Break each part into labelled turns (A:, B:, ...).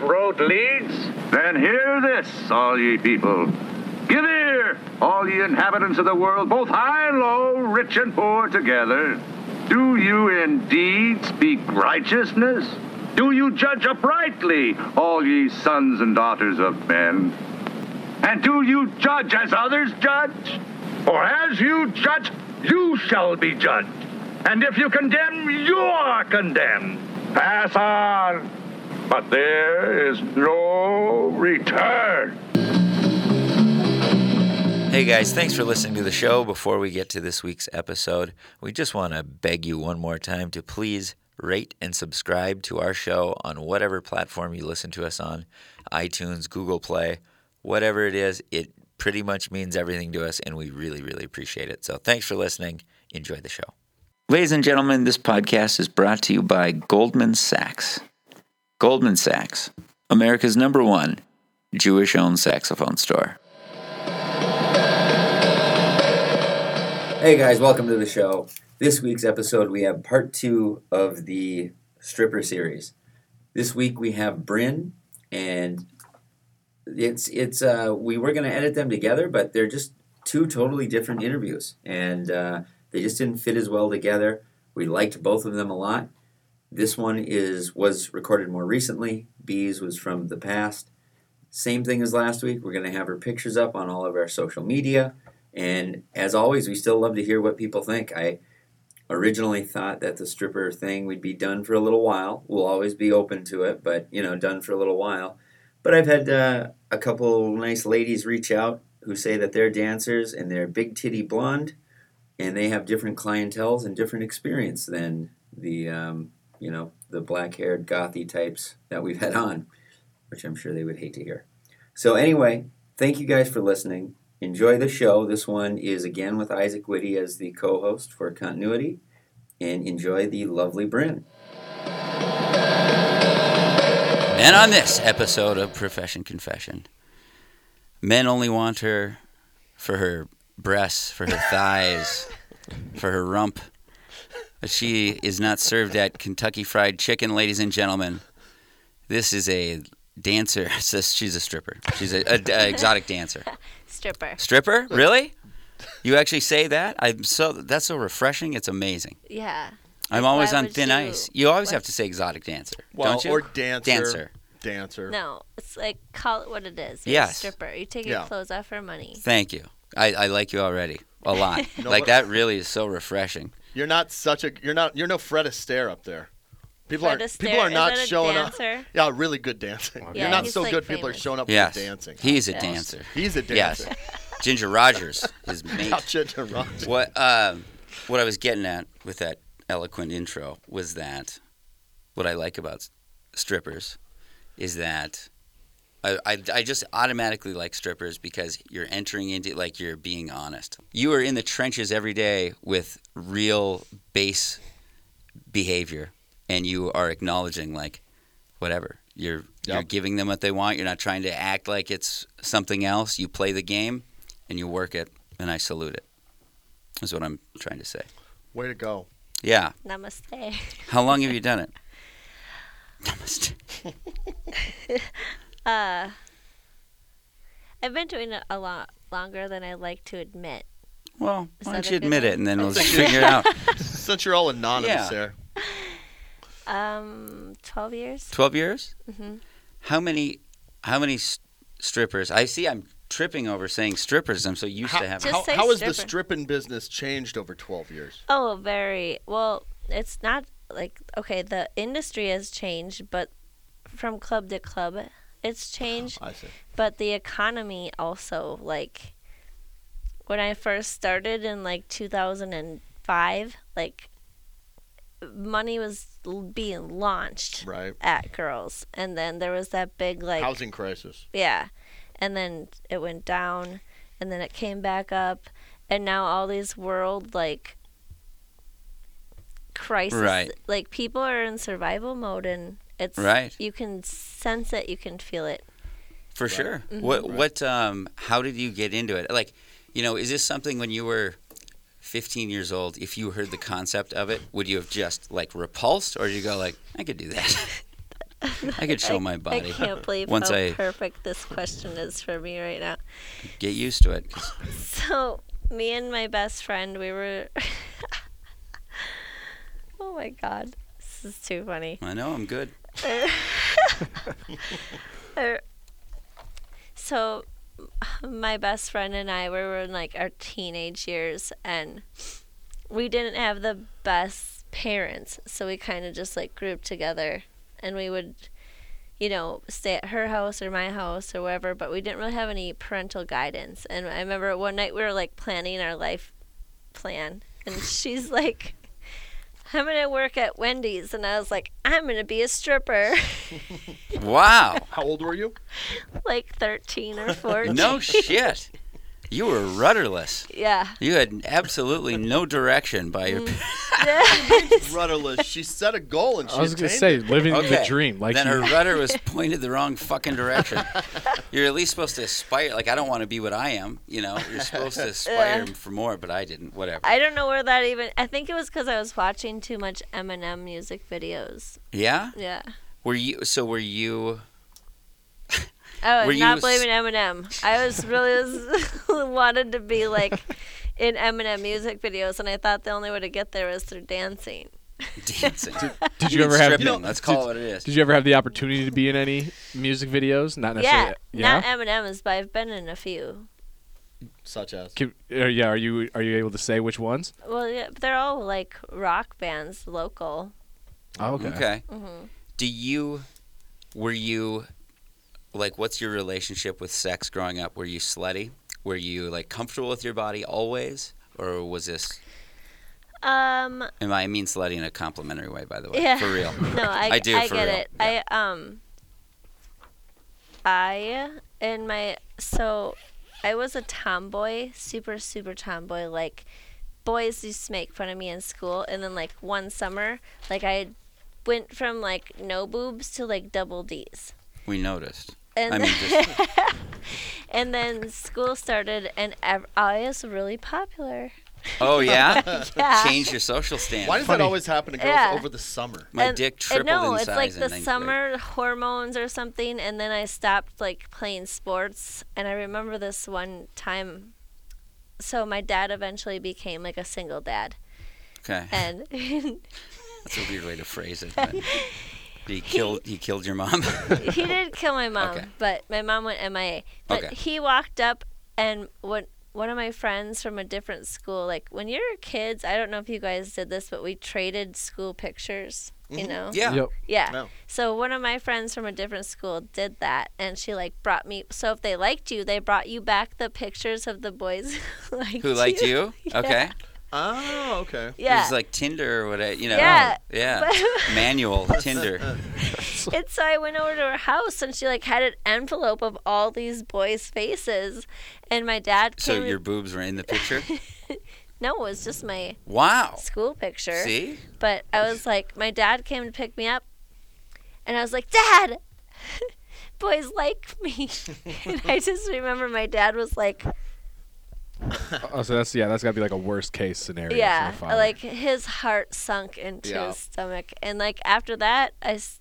A: road leads?
B: Then hear this, all ye people. Give ear, all ye inhabitants of the world, both high and low, rich and poor together. Do you indeed speak righteousness? Do you judge uprightly, all ye sons and daughters of men? And do you judge as others judge?
A: For as you judge, you shall be judged. And if you condemn, you are condemned. Pass on. But there is no return.
C: Hey guys, thanks for listening to the show. Before we get to this week's episode, we just want to beg you one more time to please rate and subscribe to our show on whatever platform you listen to us on iTunes, Google Play, whatever it is. It pretty much means everything to us, and we really, really appreciate it. So thanks for listening. Enjoy the show. Ladies and gentlemen, this podcast is brought to you by Goldman Sachs. Goldman Sachs, America's number one Jewish owned saxophone store.
D: Hey guys, welcome to the show. This week's episode, we have part two of the stripper series. This week we have Bryn, and it's it's uh, we were going to edit them together, but they're just two totally different interviews, and uh, they just didn't fit as well together. We liked both of them a lot. This one is was recorded more recently. Bees was from the past. Same thing as last week. We're going to have her pictures up on all of our social media. And as always, we still love to hear what people think. I originally thought that the stripper thing would be done for a little while. We'll always be open to it, but you know, done for a little while. But I've had uh, a couple nice ladies reach out who say that they're dancers and they're big titty blonde, and they have different clientels and different experience than the um, you know the black haired gothy types that we've had on, which I'm sure they would hate to hear. So anyway, thank you guys for listening. Enjoy the show. This one is again with Isaac Whitty as the co-host for continuity, and enjoy the lovely Bryn.
C: And on this episode of Profession Confession, men only want her for her breasts, for her thighs, for her rump. But she is not served at Kentucky Fried Chicken, ladies and gentlemen. This is a dancer. It's a- She's a stripper. She's an exotic dancer.
E: stripper.
C: Stripper? Really? You actually say that? I'm so that's so refreshing. It's amazing.
E: Yeah.
C: I'm
E: Like,
C: always
E: why
C: on
E: would
C: thin
E: you-
C: ice. You always
E: why-
C: have to say exotic dancer,
F: Well,
C: don't you?
F: or dancer.
C: Dancer.
F: Dancer.
E: No, it's like call it what it is. You're
C: Yes.
E: a stripper. You take your
F: Yeah.
E: clothes off for money.
C: Thank you. I, I like you already a lot.
F: No,
C: like
F: but-
C: that really is so refreshing.
F: You're not such a. You're not. You're no Fred Astaire up there. People
E: Fred
F: are.
E: Astaire,
F: People are
E: is
F: not
E: that a
F: showing up.
E: dancer?
F: Yeah, really good dancing.
E: Yeah,
F: you're not
E: he's,
F: so
E: like,
F: good. People are
E: famous.
F: showing up
C: Yes.
F: for dancing.
C: He's a dancer.
F: He's a
C: Yes.
F: dancer.
C: Ginger Rogers, his mate.
F: Gotcha, Toronto.
C: What um, what I was getting at with that eloquent intro was that what I like about s- strippers is that I, I, I just automatically like strippers because you're entering into like you're being honest. You are in the trenches every day with real base behavior, and you are acknowledging like whatever you're you're
F: Yep.
C: giving them what they want. You're not trying to act like it's something else. You play the game, and you work it, and I salute it. Is what I'm trying to say.
F: Way to go.
C: Yeah.
E: Namaste.
C: How long have you done it? Namaste.
E: Uh, I've been doing it a lot longer than I like to admit.
C: Well,
E: Is
C: why
E: that
C: don't
E: a
C: you
E: good
C: admit
E: one?
C: it, and then we'll
F: think
C: just
F: you-
C: figure it out.
F: Since you're all anonymous
C: Yeah.
F: there.
E: Um, twelve years.
C: Twelve years?
E: Mhm.
C: How many? How many s- strippers? I see. I'm tripping over saying strippers. I'm so used to having.
E: Just
F: How,
E: say
F: how has the
E: stripper.
F: stripping business changed over 12 years?
E: Oh, very well. It's not like okay. The industry has changed, but from club to club, it's changed.
F: I see.
E: but the economy also like when i first started in like 2005 like money was l- being launched
F: Right.
E: at girls and then there was that big like
F: Housing crisis.
E: yeah and then it went down and then it came back up and now all these world like crises
C: Right.
E: like people are in survival mode and it's
C: Right.
E: you can sense it you can feel it
C: For sure. What
E: Mm-hmm.
C: what um how did you get into it? Like, you know, is this something when you were 15 years old, if you heard the concept of it, would you have just like repulsed or you go like, I could do that? I could show my body.
E: I can't believe
C: Once
E: how
C: I-
E: perfect this question is for me right now.
C: Get used to it. 'cause
E: So, me and my best friend, we were. oh my god, this is too funny.
C: I know I'm good.
E: So, my best friend and I we were in like our teenage years, and we didn't have the best parents, so we kind of just like grouped together, and we would, you know, stay at her house or my house or wherever. But we didn't really have any parental guidance. And I remember one night we were like planning our life plan, and she's like. I'm gonna work at Wendy's, and I was like, I'm gonna be a stripper,
C: Wow.
F: How old were you?
E: like 13 or 14.
C: No shit. You were rudderless.
E: Yeah.
C: You had absolutely no direction by your.
F: Rudderless. She set a goal and she
G: I was gonna
F: attained
G: say
F: it.
G: living
C: Okay.
G: the dream. Like
C: then
G: you,
C: her rudder was pointed the wrong fucking direction. You're at least supposed to aspire. Like I don't want to be what I am. You know, you're supposed to aspire for more, but I didn't. Whatever.
E: I don't know where that even. I think it was because I was watching too much Eminem music videos.
C: Yeah.
E: Yeah.
C: Were you? So were you?
E: I
C: Were
E: was
C: you
E: Oh, not
C: s-
E: blaming Eminem. I was really was wanted to be like in Eminem music videos, and I thought the only way to get there was through dancing.
C: dancing.
G: did you ever have?
C: stripping? Let's call it what it is.
G: Did you ever have the opportunity to be in any music videos? Not
E: Yeah,
G: necessarily. Yeah.
E: not Eminem's, but I've been in a few.
F: Such as.
G: Can- uh, yeah. Are you are you able to say which ones?
E: Well, yeah, but they're all like rock bands, local.
G: Oh, okay.
C: Okay. Do you? Were you? Like, what's your relationship with sex growing up? Were you slutty? Were you like comfortable with your body always, or was this?
E: Um,
C: And I mean slutty in a complimentary way, by the way.
E: Yeah.
C: For real.
E: no, I,
C: I do,
E: I
C: for
E: get
C: real.
E: it. I um I in my so I was a tomboy, super super tomboy like boys used to make fun of me in school and then like one summer like I went from like no boobs to like double D's.
C: We noticed.
E: And
C: I mean, just,
E: and then school started and ev- I was really popular.
C: oh yeah.
E: Yeah.
C: Change your social stance.
F: Why does that always happen to girls
E: Yeah.
F: over the summer?
C: My
E: and-
C: dick
E: and
C: tripled
E: no,
C: in
E: it's
C: size
E: like
C: in
E: the
C: ninth
E: summer hormones or something, and then I stopped like playing sports. And I remember this one time. So my dad eventually became like a single dad,
C: grade. Okay,
E: and he
C: that's a weird way to phrase it. But he killed. He killed your mom.
E: did kill my mom,
C: Okay.
E: but my mom went MIA. But
C: Okay.
E: he walked up and what. One of my friends from a different school, like when you're kids, I don't know if you guys did this, but we traded school pictures,
C: Mm-hmm.
E: you know?
C: yeah.
G: Yep.
E: Yeah.
C: Oh.
F: No.
E: So one of my friends from a different school did that, and she like brought me. So if they liked you, they brought you back the pictures of the boys who liked
C: Who liked you? Okay.
F: Oh, okay.
C: It
E: Yeah.
C: was like Tinder or whatever. You know.
E: Yeah.
C: Yeah.
E: But-
C: Manual
F: Uh,
C: Tinder.
E: and so I went over to her house, and she like had an envelope of all these boys' faces, and my dad
C: So
E: came.
C: your boobs were in the picture.
E: no, it was just my
C: Wow.
E: school picture.
C: See?
E: But I was like, my dad came to pick me up, and I was like, Dad, boys like me. and I just remember my dad was like,
G: Oh, so that's yeah. That's gotta be like a worst case scenario.
E: yeah
G: For a father.
E: like his heart sunk into
F: Yeah.
E: his stomach and like after that i s-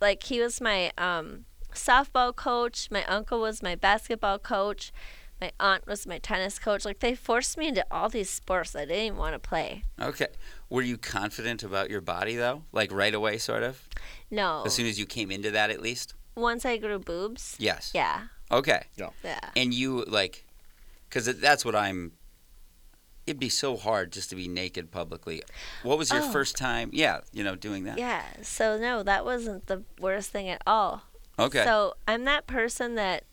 E: like he was my um softball coach my uncle was my basketball coach my aunt was my tennis coach like they forced me into all these sports i didn't even want to play
C: Okay. Were you confident about your body though? Like right away, sort of.
E: no
C: As soon as you came into that, at least.
E: once i grew boobs
C: Yes.
E: yeah
C: Okay.
E: yeah
C: and you like because that's what i'm it'd be so hard just to be naked publicly what was your
E: Oh.
C: first time yeah you know doing that
E: yeah so no that wasn't the worst thing at all
C: okay
E: So I'm that person that,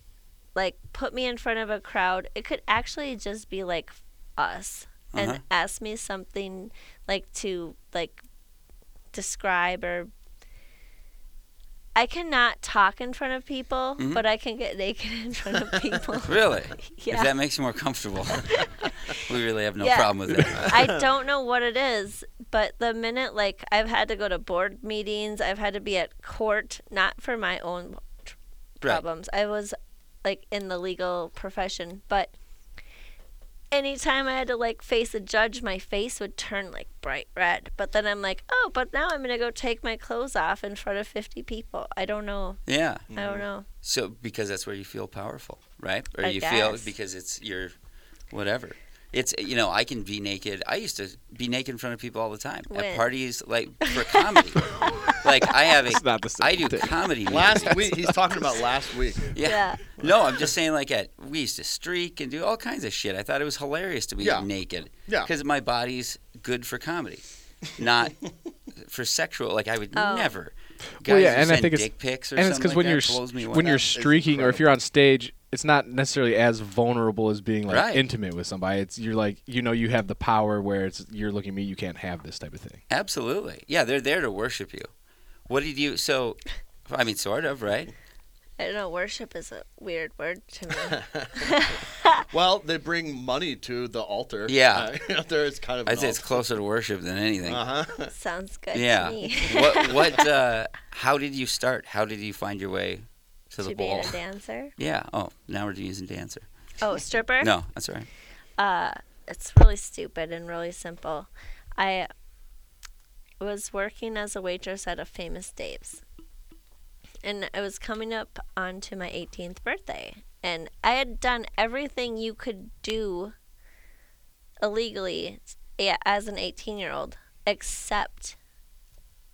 E: like, put me in front of a crowd. It could actually just be like us
C: Uh-huh.
E: and ask me something like to like describe or. I cannot talk in front of people,
C: Mhm.
E: but I can get naked in front of people.
C: really
E: yeah.
C: if that makes you more comfortable we really have no
E: Yeah.
C: problem with that
E: I don't know what it is, but the minute like I've had to go to board meetings, I've had to be at court, not for my own tr-
C: Right.
E: problems. I was like in the legal profession, but anytime I had to like face a judge, my face would turn like bright red. But then I'm like, oh, but now I'm gonna go take my clothes off in front of 50 people. I don't know.
C: Yeah.
E: I don't know.
C: So because that's where you feel powerful, right? Or
E: I
C: you feel
E: guess.
C: because it's your whatever. It's you know I can be naked. I used to be naked in front of people all the time
E: When?
C: at parties, like for comedy. like I have a,
G: It's not the same
C: I do
G: thing.
C: comedy.
F: Last
C: movies.
F: week, he's talking about last week.
C: Yeah. No, I'm just saying like at we used to streak and do all kinds of shit. I thought it was hilarious to be
F: Yeah.
C: naked.
F: Yeah.
C: Because my body's good for comedy, not for sexual. Like I would
E: Oh.
C: never. Guys
G: Well, yeah,
C: who
G: and I
C: send
G: think it's-
C: dick pics or
G: and it's
C: something
G: because
C: like
G: when
C: that
G: you're
C: blows me
G: s-
C: away.
G: when you're
F: That is
G: streaking or if you're on stage, it's not necessarily as vulnerable as being like
C: Right.
G: intimate with somebody. It's you're like you know you have the power where it's you're looking at me, you can't have this type of thing.
C: Absolutely. Yeah, they're there to worship you. What did you so I mean sort of, right?
E: I don't know. Worship is a weird word to me.
F: Well, they bring money to the altar.
C: Yeah.
F: Uh, there is kind of.
C: I'd say it's closer to worship than anything.
G: Ah.
F: Uh huh.
E: Sounds good
C: Yeah.
E: to me.
C: what what uh how did you start? How did you find your way to the
E: to
C: bowl?
E: being a dancer.
C: Yeah. Oh, now we're using dancer.
E: Oh, stripper.
C: No, that's all right.
E: Uh, it's really stupid and really simple. I was working as a waitress at a famous Dave's. And I was coming up onto my 18th birthday. And I had done everything you could do illegally a- as an 18 year old except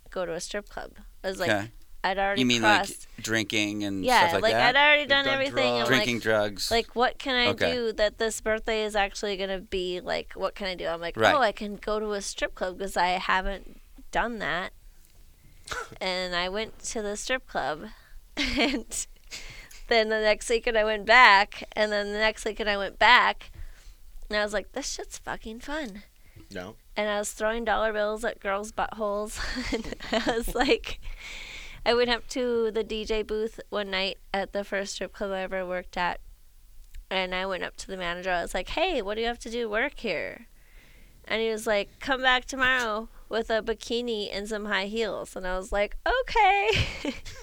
E: go to a strip club. I was like,
C: Okay.
E: I'd already
C: You mean
E: crossed.
C: like drinking and
E: yeah,
C: stuff like, that?
E: I'd already done,
F: done
E: everything. I'm
F: drugs.
E: like,
C: drinking drugs.
E: like what can i
C: Okay.
E: do that this birthday is actually going to be like what can i do i'm like
C: Right.
E: oh i can go to a strip club because i haven't done that and i went to the strip club and then the next weekend i went back and then the next weekend i went back and i was like this shit's fucking fun
F: No.
E: and I was throwing dollar bills at girls' buttholes. and I was like, I went up to the DJ booth one night at the first strip club I ever worked at, and I went up to the manager. I was like, "Hey, what do you have to do to work here?" And he was like, "Come back tomorrow with a bikini and some high heels." And I was like, "Okay."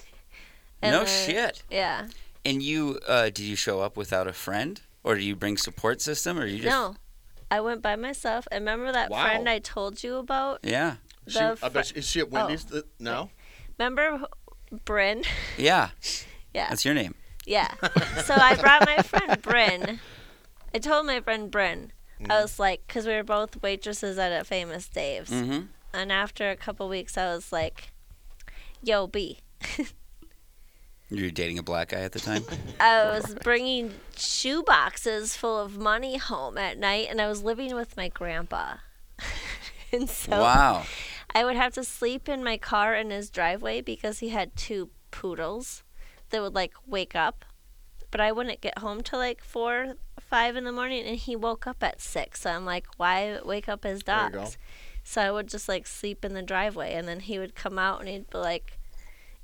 E: And
C: no
E: then-
C: shit.
E: Yeah.
C: And you uh did you show up without a friend? Or do you bring support system or you just
E: No. I went by myself. And remember that
F: Wow.
E: friend I told you about?
C: Yeah.
F: She,
E: The
F: I bet
E: fr- oh.
F: she, is she at Wendy's? Uh, no.
E: Remember Bryn?
C: Yeah.
E: Yeah.
C: That's your name.
E: Yeah. So I brought my friend Bryn. I told my friend Bryn.
C: Mm-hmm.
E: I was like, because we were both waitresses at a famous Dave's.
C: Mm-hmm.
E: And after a couple weeks, I was like, yo, B.
C: You were dating a black guy at the time?
E: I was bringing shoe boxes full of money home at night, and I was living with my grandpa. and so
C: Wow.
E: I would have to sleep in my car in his driveway because he had two poodles that would like wake up. But I wouldn't get home till like four, five in the morning, and he woke up at six. So I'm like, why wake up his
F: There you
E: dogs?
F: go.
E: So I would just like sleep in the driveway, and then he would come out and he'd be like,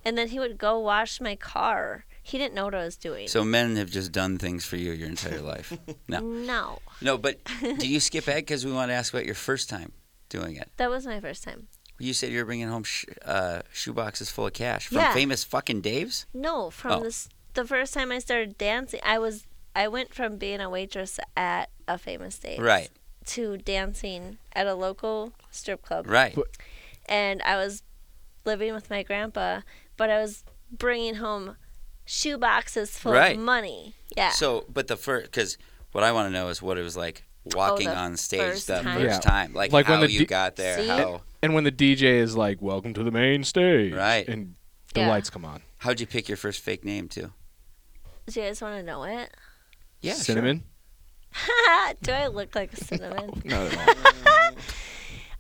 E: and then he would go wash my car. He didn't know what I was doing.
C: So men have just done things for you your entire life. No,
E: no,
C: no. But do you skip egg? Because we want to ask about your first time doing it.
E: that was my first time.
C: You said you were bringing home sh- uh, shoeboxes full of cash from
E: Yeah.
C: famous fucking Dave's.
E: No,
C: Oh.
E: from this the first time I started dancing, I was I went from being a waitress at a famous date
C: Right,
E: to dancing at a local strip club,
C: right.
G: But-
E: and I was living with my grandpa, but I was bringing home shoe boxes full
C: Right.
E: of money. Yeah.
C: So, but the first, because what I want to know is what it was like walking
E: Oh, the
C: on stage
E: first
C: the
E: time.
C: first
G: Yeah.
C: time, like,
G: Like
C: how
G: when the
C: you
G: D-
C: got there,
E: See?
C: how
G: And when the DJ is like, "Welcome to the main stage,"
C: Right.
G: And the
E: Yeah.
G: lights come on.
C: how'd you pick your first fake name too?
E: Do you guys want to know it?
C: Yeah, sure.
G: cinnamon.
E: Do I look like a cinnamon?
G: Not at all.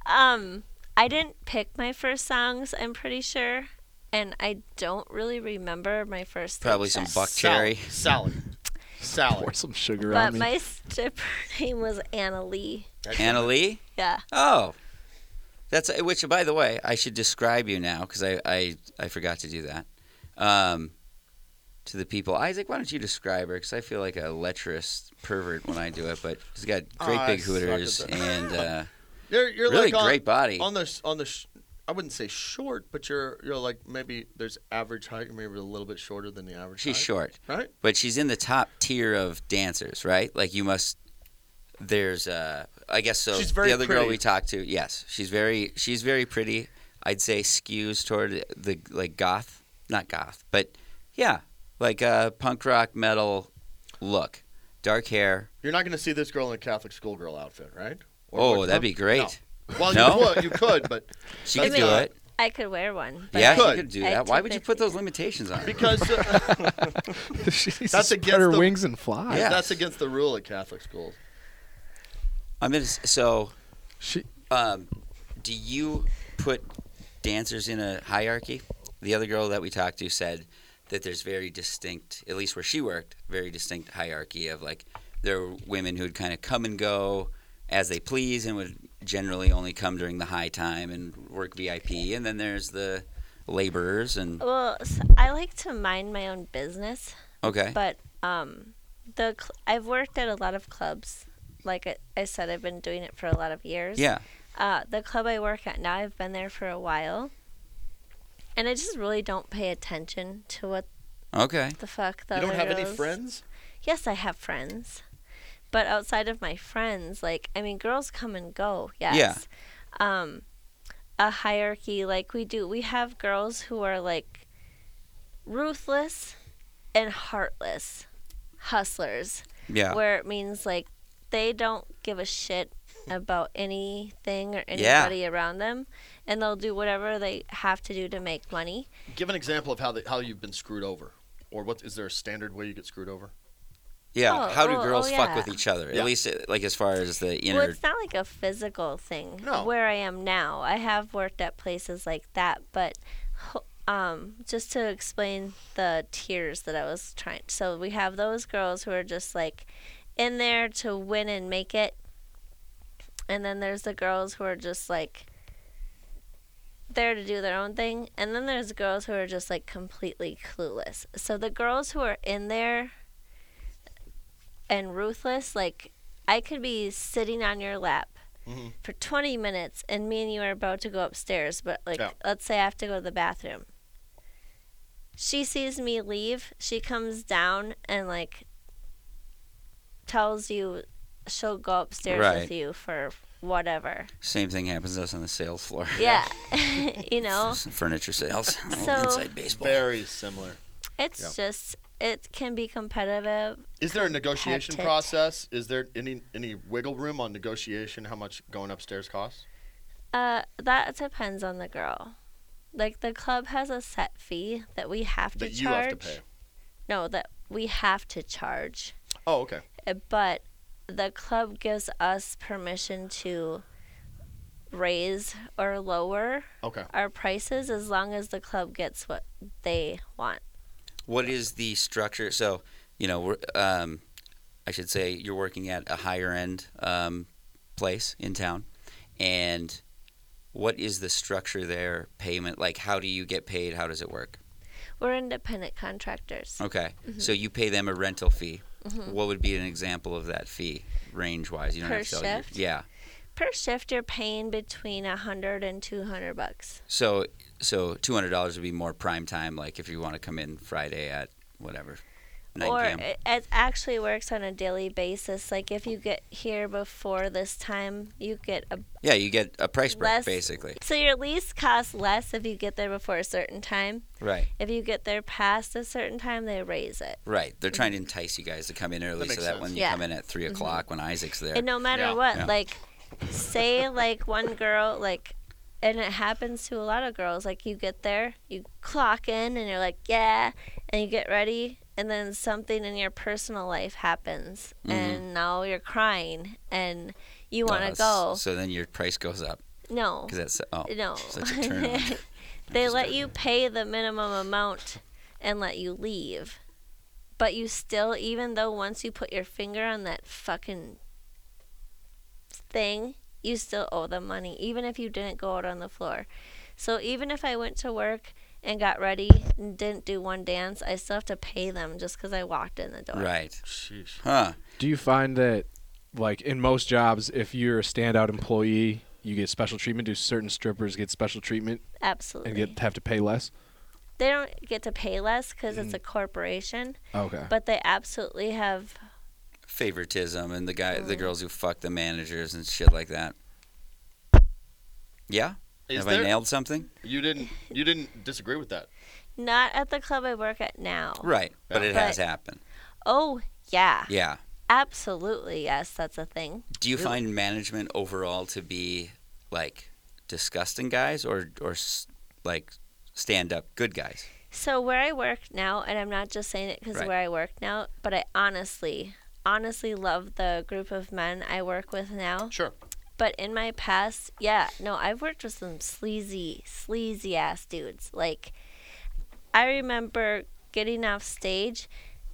E: Um, I didn't pick my first songs. I'm pretty sure, and I don't really remember my first. stage
C: Probably some
E: set.
C: buck cherry.
F: Salad. Salad.
G: Pour some sugar on
E: But
G: me.
E: my stripper name was Anna Lee.
C: Anna Lee.
E: Yeah.
C: Oh, that's which. By the way, I should describe you now because I, I I forgot to do that um, to the people. Isaac, why don't you describe her? Because I feel like a lecherous pervert when I do it. But she's got great
F: Oh, I
C: big
F: suck at
C: hooters
F: that.
C: and uh,
F: You're, you're
C: really
F: like on,
C: great body.
F: on the s- on the. Sh- I wouldn't say short, but you're you're like maybe there's average height. You're maybe a little bit shorter than the average.
C: she's
F: height,
C: short,
F: right?
C: but she's in the top tier of dancers, right? Like you must. there's uh I guess so
F: She's very
C: the other girl
F: pretty.
C: we talked to, yes. She's very she's very pretty. I'd say skews toward the like goth, not goth, but yeah, like uh punk rock metal look. Dark hair.
F: You're not going to see this girl in a Catholic schoolgirl outfit, right? Or
C: oh,
F: what-
C: that'd be great.
F: Well,
C: No?
F: you, could, you could, but
C: She
E: I
C: could
E: mean,
C: do it.
E: I could wear one. But
C: Yeah,
F: could.
C: she could do
E: I
C: that. Why
E: took
C: would you
E: that-
C: put those limitations on her?
F: because uh,
G: she needs
F: That's
G: to
F: against
G: spread her
F: the-
G: wings and fly.
C: Yeah.
F: that's against the rule at Catholic schools.
C: I'm gonna s- so
G: She,
C: um, do you put dancers in a hierarchy? The other girl that we talked to said that there's very distinct, at least where she worked, very distinct hierarchy of like there were women who'd kind of come and go as they please and would generally only come during the high time and work VIP, and then there's the laborers and
E: Well, s I I like to mind my own business.
C: okay,
E: but um the cl- i've worked at a lot of clubs like I, I said i've been doing it for a lot of years
C: yeah,
E: uh, the club i work at now i've been there for a while and i just really don't pay attention to what
C: okay,
E: the fuck the
F: You don't
E: other
F: have any
E: girls-
F: friends?
E: yes i have friends but outside of my friends like i mean girls come and go yes um a hierarchy like we do we have girls who are like ruthless and heartless hustlers
C: yeah,
E: where it means like they don't give a shit about anything or
C: Yeah.
E: anybody around them and they'll do whatever they have to do to make money
F: Give an example of how the, how you've been screwed over, or what is there a standard way you get screwed over?
C: yeah.
E: Oh,
C: How do
E: oh,
C: girls
E: oh,
C: fuck
E: yeah.
C: with each other?
F: Yeah.
C: At least uh, like as far as the inner.
E: well it's not like a physical thing
F: No.
E: where i am now i have worked at places like that but ho- um, just to explain the tiers that i was trying so we have those girls who are just like in there to win and make it and then there's the girls who are just like there to do their own thing and then there's girls who are just like completely clueless so the girls who are in there and ruthless like i could be sitting on your lap for 20 minutes and me and you are about to go upstairs but like
F: Yeah.
E: let's say i have to go to the bathroom she sees me leave she comes down and like tells you she'll go upstairs
C: Right.
E: with you for whatever
C: Same thing happens to us on the sales floor.
E: yeah you know
C: Some furniture sales.
E: So-
C: Inside baseball.
F: Very similar.
E: it's just it can be competitive
F: Is there a negotiation
E: Competitive.
F: process? Is there any any wiggle room on negotiation? How much going upstairs costs?
E: uh that depends on the girl like the club has a set fee that we have to
F: That
E: charge
F: you have to pay.
E: no that we have to charge
F: Oh, okay.
E: Uh, but the club gives us permission to raise or lower
F: Okay.
E: our prices as long as the club gets what they want.
C: What is the structure? So, you know, we're, um, I should say you're working at a higher end um, place in town, and what is the structure there? Payment, like how do you get paid? How does it work?
E: We're independent contractors.
C: Okay,
E: Mm-hmm.
C: so you pay them a rental fee. What would be an example of that fee, range wise? You don't
E: Per
C: have to tell.
E: shift?
C: Your, yeah.
E: Per shift, you're paying between a hundred and two hundred bucks.
C: So, so two hundred dollars would be more prime time. Like if you want to come in Friday at whatever, nine
E: or
C: p.m.
E: it, it actually works on a daily basis. Like if you get here before this time, you get a
C: yeah, you get a price break
E: less-
C: basically.
E: so your lease costs less if you get there before a certain time.
C: Right.
E: If you get there past a certain time, they raise it.
C: Right. They're trying to entice you guys to come in early
F: makes
C: so that
F: sense.
C: when you
E: Yeah. Mm-hmm.
C: come in at three o'clock when Isaac's there.
E: And no matter
F: Yeah.
E: what,
C: Yeah.
E: like, say like one girl, like, and it happens to a lot of girls. Like, you get there, you clock in, and you're like, yeah, and you get ready, and then something in your personal life happens,
F: Mm-hmm.
E: and now you're crying, and you want to
C: Uh, s-
E: go.
C: So then your price goes up
E: no,
C: because that's oh
E: no.
C: such a turn on.
E: they let you pay the minimum amount and let you leave. But you still, even though once you put your finger on that fucking thing, you still owe them money, even if you didn't go out on the floor. So even if I went to work and got ready and didn't do one dance, I still have to pay them just because I walked in the door.
C: Right.
F: Sheesh.
C: Huh.
G: do you find that, like in most jobs, if you're a standout employee, you get special treatment? Do certain strippers get special treatment and
E: Absolutely.
G: get have to pay less?
E: they
G: Mm.
E: don't get to pay less because it's a corporation,
G: Okay.
E: but they absolutely have
C: favoritism and the guy,
E: Mm-hmm.
C: the girls who fuck the managers and shit like that. Yeah,
F: Is
C: have
F: there,
C: I nailed something?
F: You didn't. You didn't disagree with that.
E: Not at the club I work at now.
C: Right, but it
E: But-
C: has happened.
E: Oh, yeah.
C: Yeah.
E: Absolutely. Yes, that's a thing.
C: Do you find management overall to be like disgusting guys or or s- like stand up good guys?
E: So where I work now, and I'm not just saying it because
C: Right.
E: where I work now, but I honestly, honestly love the group of men I work with now.
F: Sure.
E: But in my past, yeah, no, I've worked with some sleazy, sleazy ass dudes. Like, I remember getting off stage,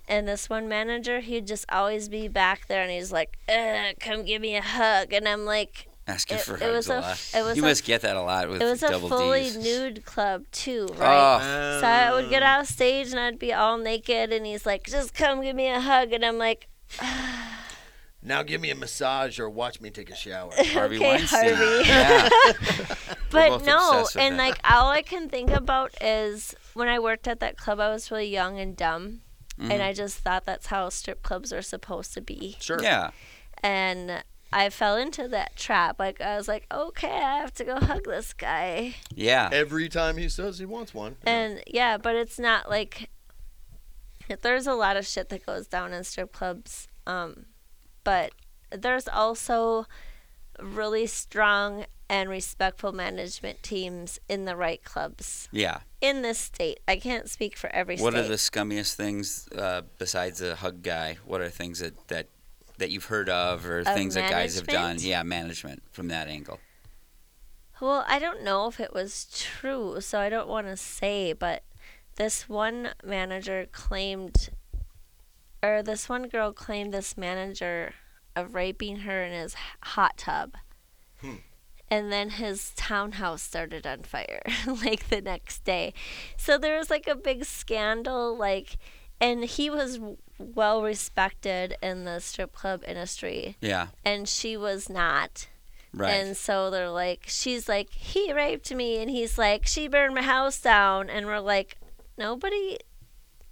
E: and this one manager, he'd just always be back there, and he's like, Ugh, "Come give me a hug," and I'm like,
C: Asking
E: It-
C: for
E: it
C: hugs
E: was
C: a,
E: a-
C: lot.
E: it was
C: you
E: a-
C: must get that a lot with
E: "It was a
C: double
E: fully
C: D's.
E: nude club too, right?"
C: Oh,
E: So I would get off stage and I'd be all naked, and he's like, "Just come give me a hug," and I'm like,
F: Now give me a massage or watch me take a shower.
C: Harvey
E: Okay,
C: Weinstein.
E: Harvey.
C: Yeah.
E: but
C: both
E: no
C: obsessed with
E: and
C: that.
E: like all i can think about is when i worked at that club i was really young and dumb
C: Mm-hmm.
E: and i just thought that's how strip clubs are supposed to be
F: Sure.
C: yeah.
E: and i fell into that trap like i was like okay i have to go hug this guy
C: Yeah.
F: Every time he says he wants one.
E: and yeah but it's not like there's a lot of shit that goes down in strip clubs um but there's also really strong and respectful management teams in the right clubs
C: Yeah.
E: in this state. I can't speak for every
C: What
E: state.
C: are the scummiest things uh, besides the hug guy? What are things that that that you've heard of or things that guys have done?
E: management?
C: Yeah, management from that angle.
E: well, I don't know if it was true, so I don't want to say, but this one manager claimed, or this one girl claimed this manager of raping her in his h- hot tub. And then his townhouse started on fire like the next day. So there was like a big scandal, like, and he was w- well respected in the strip club industry.
C: Yeah,
E: and she was not.
C: right.
E: And so they're like, she's like, he raped me, and he's like, she burned my house down, and we're like, nobody.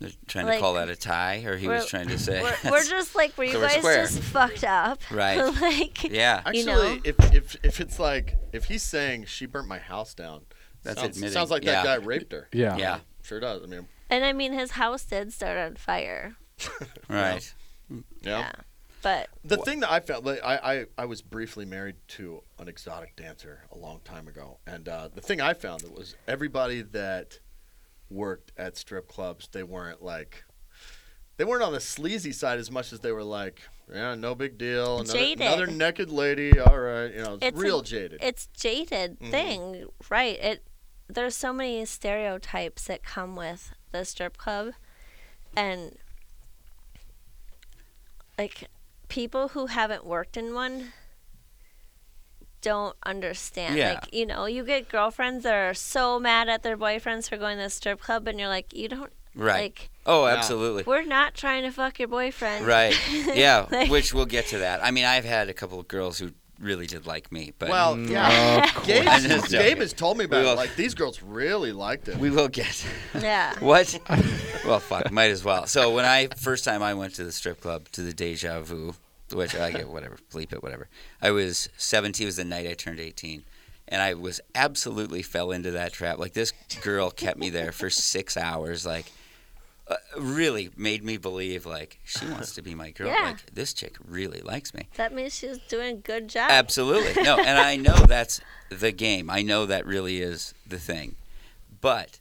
C: They're trying to
E: like,
C: call that a tie, or he was
E: we're-
C: trying to say,
E: We're, we're just like, were you
C: we're
E: guys
C: square.
E: just fucked up?
C: Right.
E: like,
C: yeah,
F: Actually,
E: You know?
F: if, if if it's like if he's saying she burnt my house down,
C: That's
F: sounds,
C: admitting,
F: sounds like
C: yeah.
F: that guy raped her.
G: Yeah.
C: yeah,
F: Sure does. I mean,
E: And I mean, his house did start on fire,
C: right.
F: yeah.
E: Yeah. but
F: The thing that I felt like I, I I was briefly married to an exotic dancer a long time ago, and uh, the thing I found that was everybody that worked at strip clubs, they weren't like. They weren't on the sleazy side as much as they were like, yeah, no big deal. Another,
E: Jaded.
F: another naked lady, all right, you know, it's
E: It's a-
F: real jaded.
E: it's jaded
C: Mm-hmm.
F: Mhm.
E: thing, right? It there's so many stereotypes that come with the strip club, and like people who haven't worked in one don't understand.
C: Yeah.
E: Like you know, you get girlfriends that are so mad at their boyfriends for going to the strip club, and you're like, you don't
C: Right.
E: like.
C: oh, absolutely.
E: We're not trying to fuck your boyfriend,
C: Right. Yeah,
E: Like-
C: which we'll get to that. I mean, I've had a couple of girls who really did like me, but
F: well, yeah. Gabe,
C: I'm just joking.
F: Gabe has told me about
C: will-
F: it. Like, these girls really liked it.
C: we will get.
E: Yeah.
C: What? well, fuck, might as well. So when I first time I went to the strip club to the Deja Vu, which I get whatever, bleep it, whatever. I was 17. Was the night I turned 18, and I was absolutely fell into that trap. Like this girl kept me there for six hours. Like. Uh, really made me believe like she wants to be my girl.
E: Yeah.
C: Like this chick really likes me.
E: That means she's doing a good job.
C: Absolutely. No, and I know that's the game. I know that really is the thing. But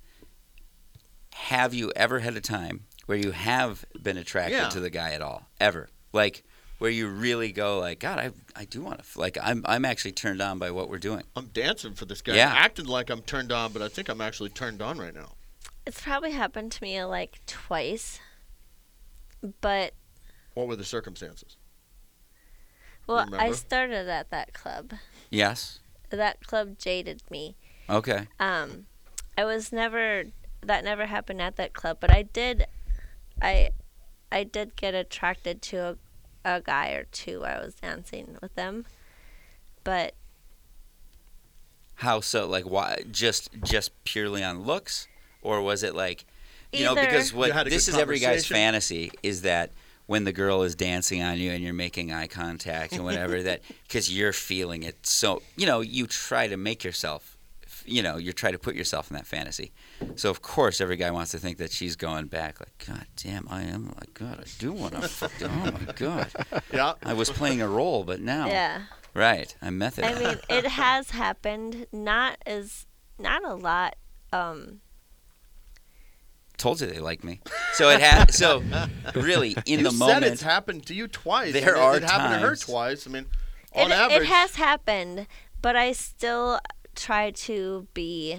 C: have you ever had a time where you have been attracted
F: Yeah.
C: to the guy at all? Ever? Like where you really go like, God, I I do want to like I'm I'm actually turned on by what we're doing.
F: I'm dancing for this guy.
C: Yeah.
F: I'm acting like I'm turned on, but I think I'm actually turned on right now.
E: It's probably happened to me like twice. But
F: What were the circumstances?
E: well, I
F: Remember?
E: started at that club.
C: Yes.
E: That club jaded me.
C: Okay.
E: Um I was never that never happened at that club, but I did I I did get attracted to a, a guy or two while I was dancing with them. But
C: How so like why just just purely on looks or was it like you know
E: Either.
C: because
F: You had
C: what
F: a
C: this
F: good
C: is every guy's
F: conversation.
C: fantasy is that when the girl is dancing on you and you're making eye contact and whatever that because you're feeling it so you know you try to make yourself you know you try to put yourself in that fantasy so of course every guy wants to think that she's going back like god damn i am like god i do want to fuck oh my god
F: Yeah.
C: i was playing a role but now
E: Yeah.
C: right i'm method
E: I mean, it has happened. Not as not a lot. Um,
C: told you they like me so it had so really in
F: you
C: the
F: said
C: moment
F: it's happened to you twice.
C: There
F: and it,
C: are
F: it happened to her
C: times-
F: twice. I mean,
E: it,
F: on average,
E: it has happened, but I still try to be.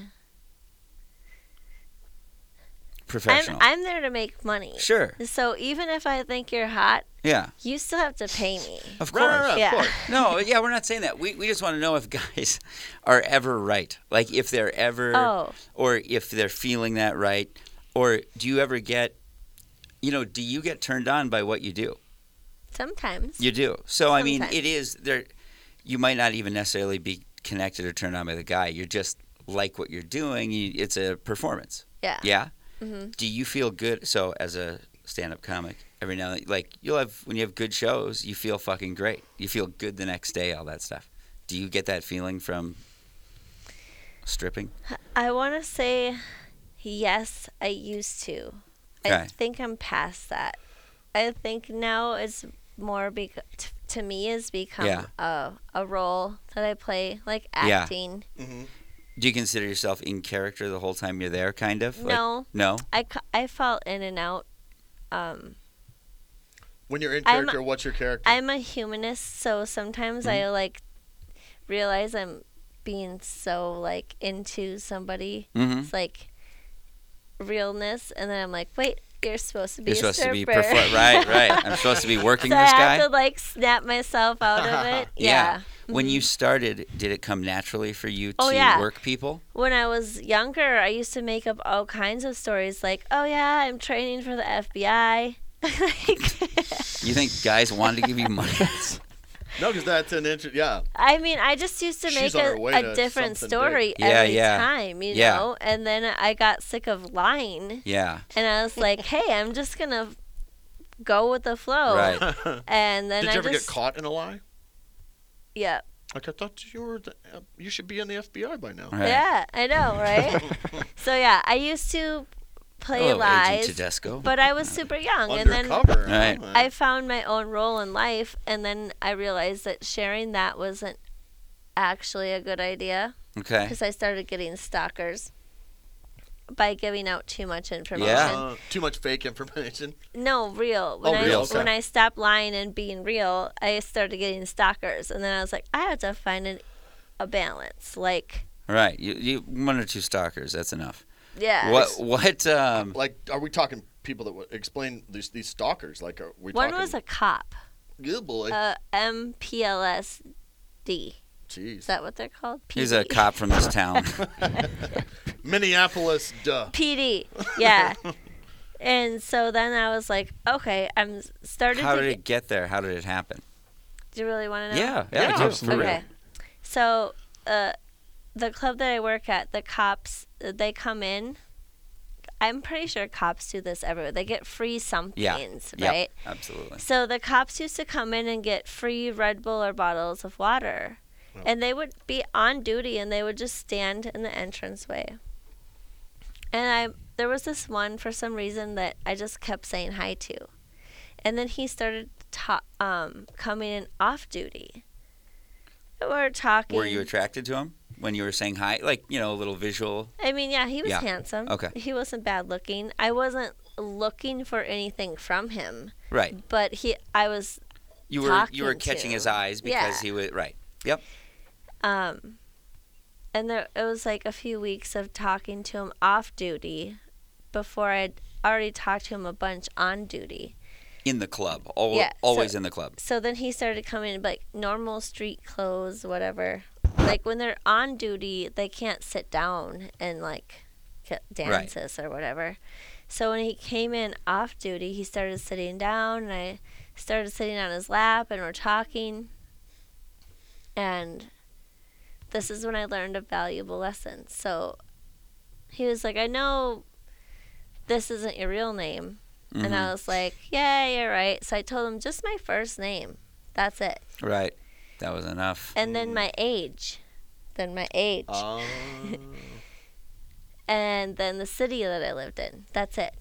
E: I'm
C: professional
E: I'm there to make money.
C: sure
E: So even if I think you're hot,
C: yeah
E: you still have to pay me.
C: of
F: Right,
C: course
F: right, right, of
E: Yeah.
F: course.
C: No, yeah, we're not saying that. We, we just want to know if guys are ever right. Like if they're ever
E: Oh.
C: or if they're feeling that right or do you ever get you know, do you get turned on by what you do?
E: Sometimes.
C: You do. So I mean,
E: Sometimes.
C: it is there you might not even necessarily be connected or turned on by the guy. You're just like what you're doing. You, it's a performance.
E: yeah.
C: Yeah.
E: Mhm.
C: Do you feel good? So, as a stand-up comic, every now and then, like you'll have when you have good shows, you feel fucking great. You feel good the next day, all that stuff. Do you get that feeling from stripping?
E: I want to say yes, I used to. I
C: Okay.
E: think I'm past that. I think now it's more bec- t- to me is become
C: Yeah.
E: a a role that I play like
C: Yeah.
E: acting.
F: Mm-hmm.
C: Do you consider yourself in character the whole time you're there? Kind of. Like-
E: No.
C: no.
E: I, ca- I fall in and out. Um,
F: when you're in
E: I'm-
F: character, what's your character?
E: I'm a humanist, so sometimes
C: Mm-hmm.
E: I like realize I'm being so like into somebody
C: Mm-hmm.
E: it's like realness and then i'm like wait you're supposed to be
C: You're
E: a
C: supposed to be
E: stripper.
C: perfor- right, right. I'm supposed to be working
E: so i
C: this guy.
E: have to like snap myself out of it yeah, Mm-hmm.
C: When you started, did it come naturally for you
E: Oh,
C: to
E: yeah.
C: work people?
E: when i was younger i used to make up all kinds of stories like oh yeah i'm training for the fbi like,
C: You think guys wanted to give you money?
F: no, because that's an interest. Yeah.
E: i mean i just used to make
F: She's on her
E: a,
F: way
E: a
F: to
E: different
F: something
E: story
C: big. Yeah,
E: every
C: yeah.
E: time you
C: Yeah.
E: know and then i got sick of lying
C: yeah.
E: and i was like hey i'm just gonna go with the flow
C: Right.
E: and then
F: Did you
E: i
F: ever
E: just
F: get caught in a lie?
E: yeah
F: Like I thought you were, the, uh, you should be in the FBI by now.
C: All right.
E: Yeah, I know, right? so yeah, I used to play
C: Hello, Agent
E: lies,
C: Oh, Tedesco.
E: but I was super young, and then
F: Undercover.
C: Right.
F: huh?
E: I found my own role in life, and then I realized that sharing that wasn't actually a good idea
C: okay.
E: because I started getting stalkers by giving out too much information.
C: Yeah.
F: Uh, too much fake information.
E: No, real. When
F: Oh,
E: I
F: real,
C: okay.
E: when I stopped lying and being real, I started getting stalkers, and then I was like, I have to find an, a balance. Like,
C: Right. You, you one or two stalkers. That's enough.
E: yeah.
C: What? What? Um,
F: Like, are we talking people that would explain these, these stalkers? Like, are we
E: One
F: talking?
E: was a cop.
F: good boy.
E: Uh, MPLSD.
F: Jeez.
E: Is that what they're called? PD.
C: he's a cop from this town.
F: Minneapolis. Duh.
E: PD. Yeah. and so then I was like, okay, I'm started
C: How
E: to.
C: did it get there? How did it happen?
E: get- do you really want to know?
C: Yeah. Yeah. I do.
G: absolutely.
E: Okay. So, uh, the club that I work at, the cops, uh, they come in. I'm pretty sure cops do this everywhere. They get free somethings,
C: Yep,
E: right?
C: absolutely.
E: So the cops used to come in and get free Red Bull or bottles of water. And they would be on duty and they would just stand in the entranceway. And I there was this one for some reason that I just kept saying hi to. And then he started ta- um, coming in off duty. And we were talking.
C: Were you attracted to him when you were saying hi? Like you know, a little visual.
E: I mean, yeah, he was
C: Yeah.
E: handsome.
C: Okay.
E: He wasn't bad looking. I wasn't looking for anything from him,
C: Right.
E: but he I was
C: You were you were
E: Talking
C: catching
E: to.
C: his eyes because
E: Yeah.
C: he was right.
E: Um, and there it was like a few weeks of talking to him off duty before I'd already talked to him a bunch on duty.
C: In the club. Al-
E: Yeah, so-
C: always in the club.
E: So then he started coming in like normal street clothes, whatever. Like when they're on duty, they can't sit down and like get dances or whatever. So when he came in off duty, he started sitting down and I started sitting on his lap and we're talking. And this is when I learned a valuable lesson. So he was like, I know this isn't your real name,
C: Mm-hmm.
E: And um, I was like, yeah, you're right. So I told him just my first name. That's it.
C: Right. That was enough.
E: And then my age. Then my age.
F: Oh.
E: And then the city that I lived in. That's it.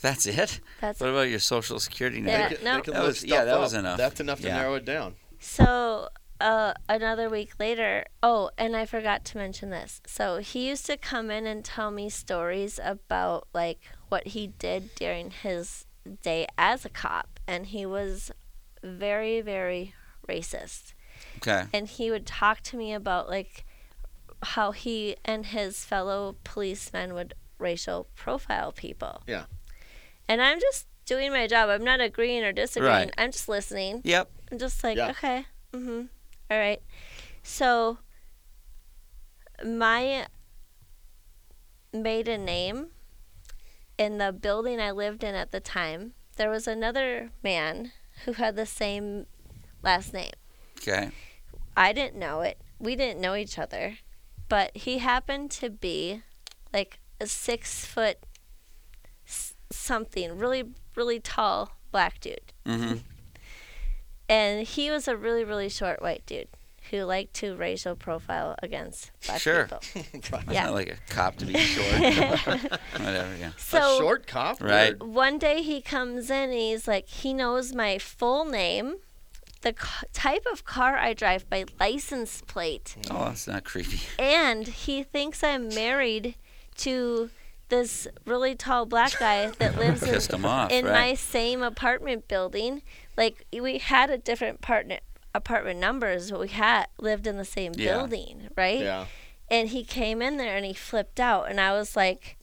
C: That's it.
E: That's
C: What about your social security
E: Yeah.
C: number?
F: They can-
E: no.
F: they can
C: That
F: look
C: was- yeah,
F: stuff
C: that was
F: up.
C: enough.
F: That's enough to
C: Yeah.
F: narrow it down.
E: So uh, another week later, oh, and I forgot to mention this. So he used to come in and tell me stories about like what he did during his day as a cop, and he was very, very racist.
C: Okay.
E: And he would talk to me about like how he and his fellow policemen would racial profile people.
F: Yeah.
E: And I'm just doing my job. I'm not agreeing or disagreeing.
C: Right.
E: I'm just listening.
C: Yep.
E: I'm just like,
F: Yeah.
E: okay, mm-hmm, all right. So my maiden name in the building I lived in at the time, there was another man who had the same last name.
C: Okay.
E: I didn't know it. We didn't know each other, but he happened to be like a six foot s- something, really, really tall black dude
C: Mm-hmm.
E: and he was a really really short white dude who liked to racial profile against black
C: Sure.
E: people.
C: It's not
E: Yeah.
C: like a cop to be short. Whatever. Yeah.
E: So
F: a short cop?
C: Right.
F: or-
E: one day he comes in and he's like, he knows my full name, the c- type of car I drive by license plate,
C: Oh, that's not creepy.
E: and he thinks I'm married to this really tall black guy that lives in,
C: Pissed him off,
E: in my
C: right?
E: same apartment building. Like we had a different partner apartment numbers, but we had lived in the same
C: Yeah.
E: building, right?
F: Yeah.
E: And he came in there and he flipped out, and I was like,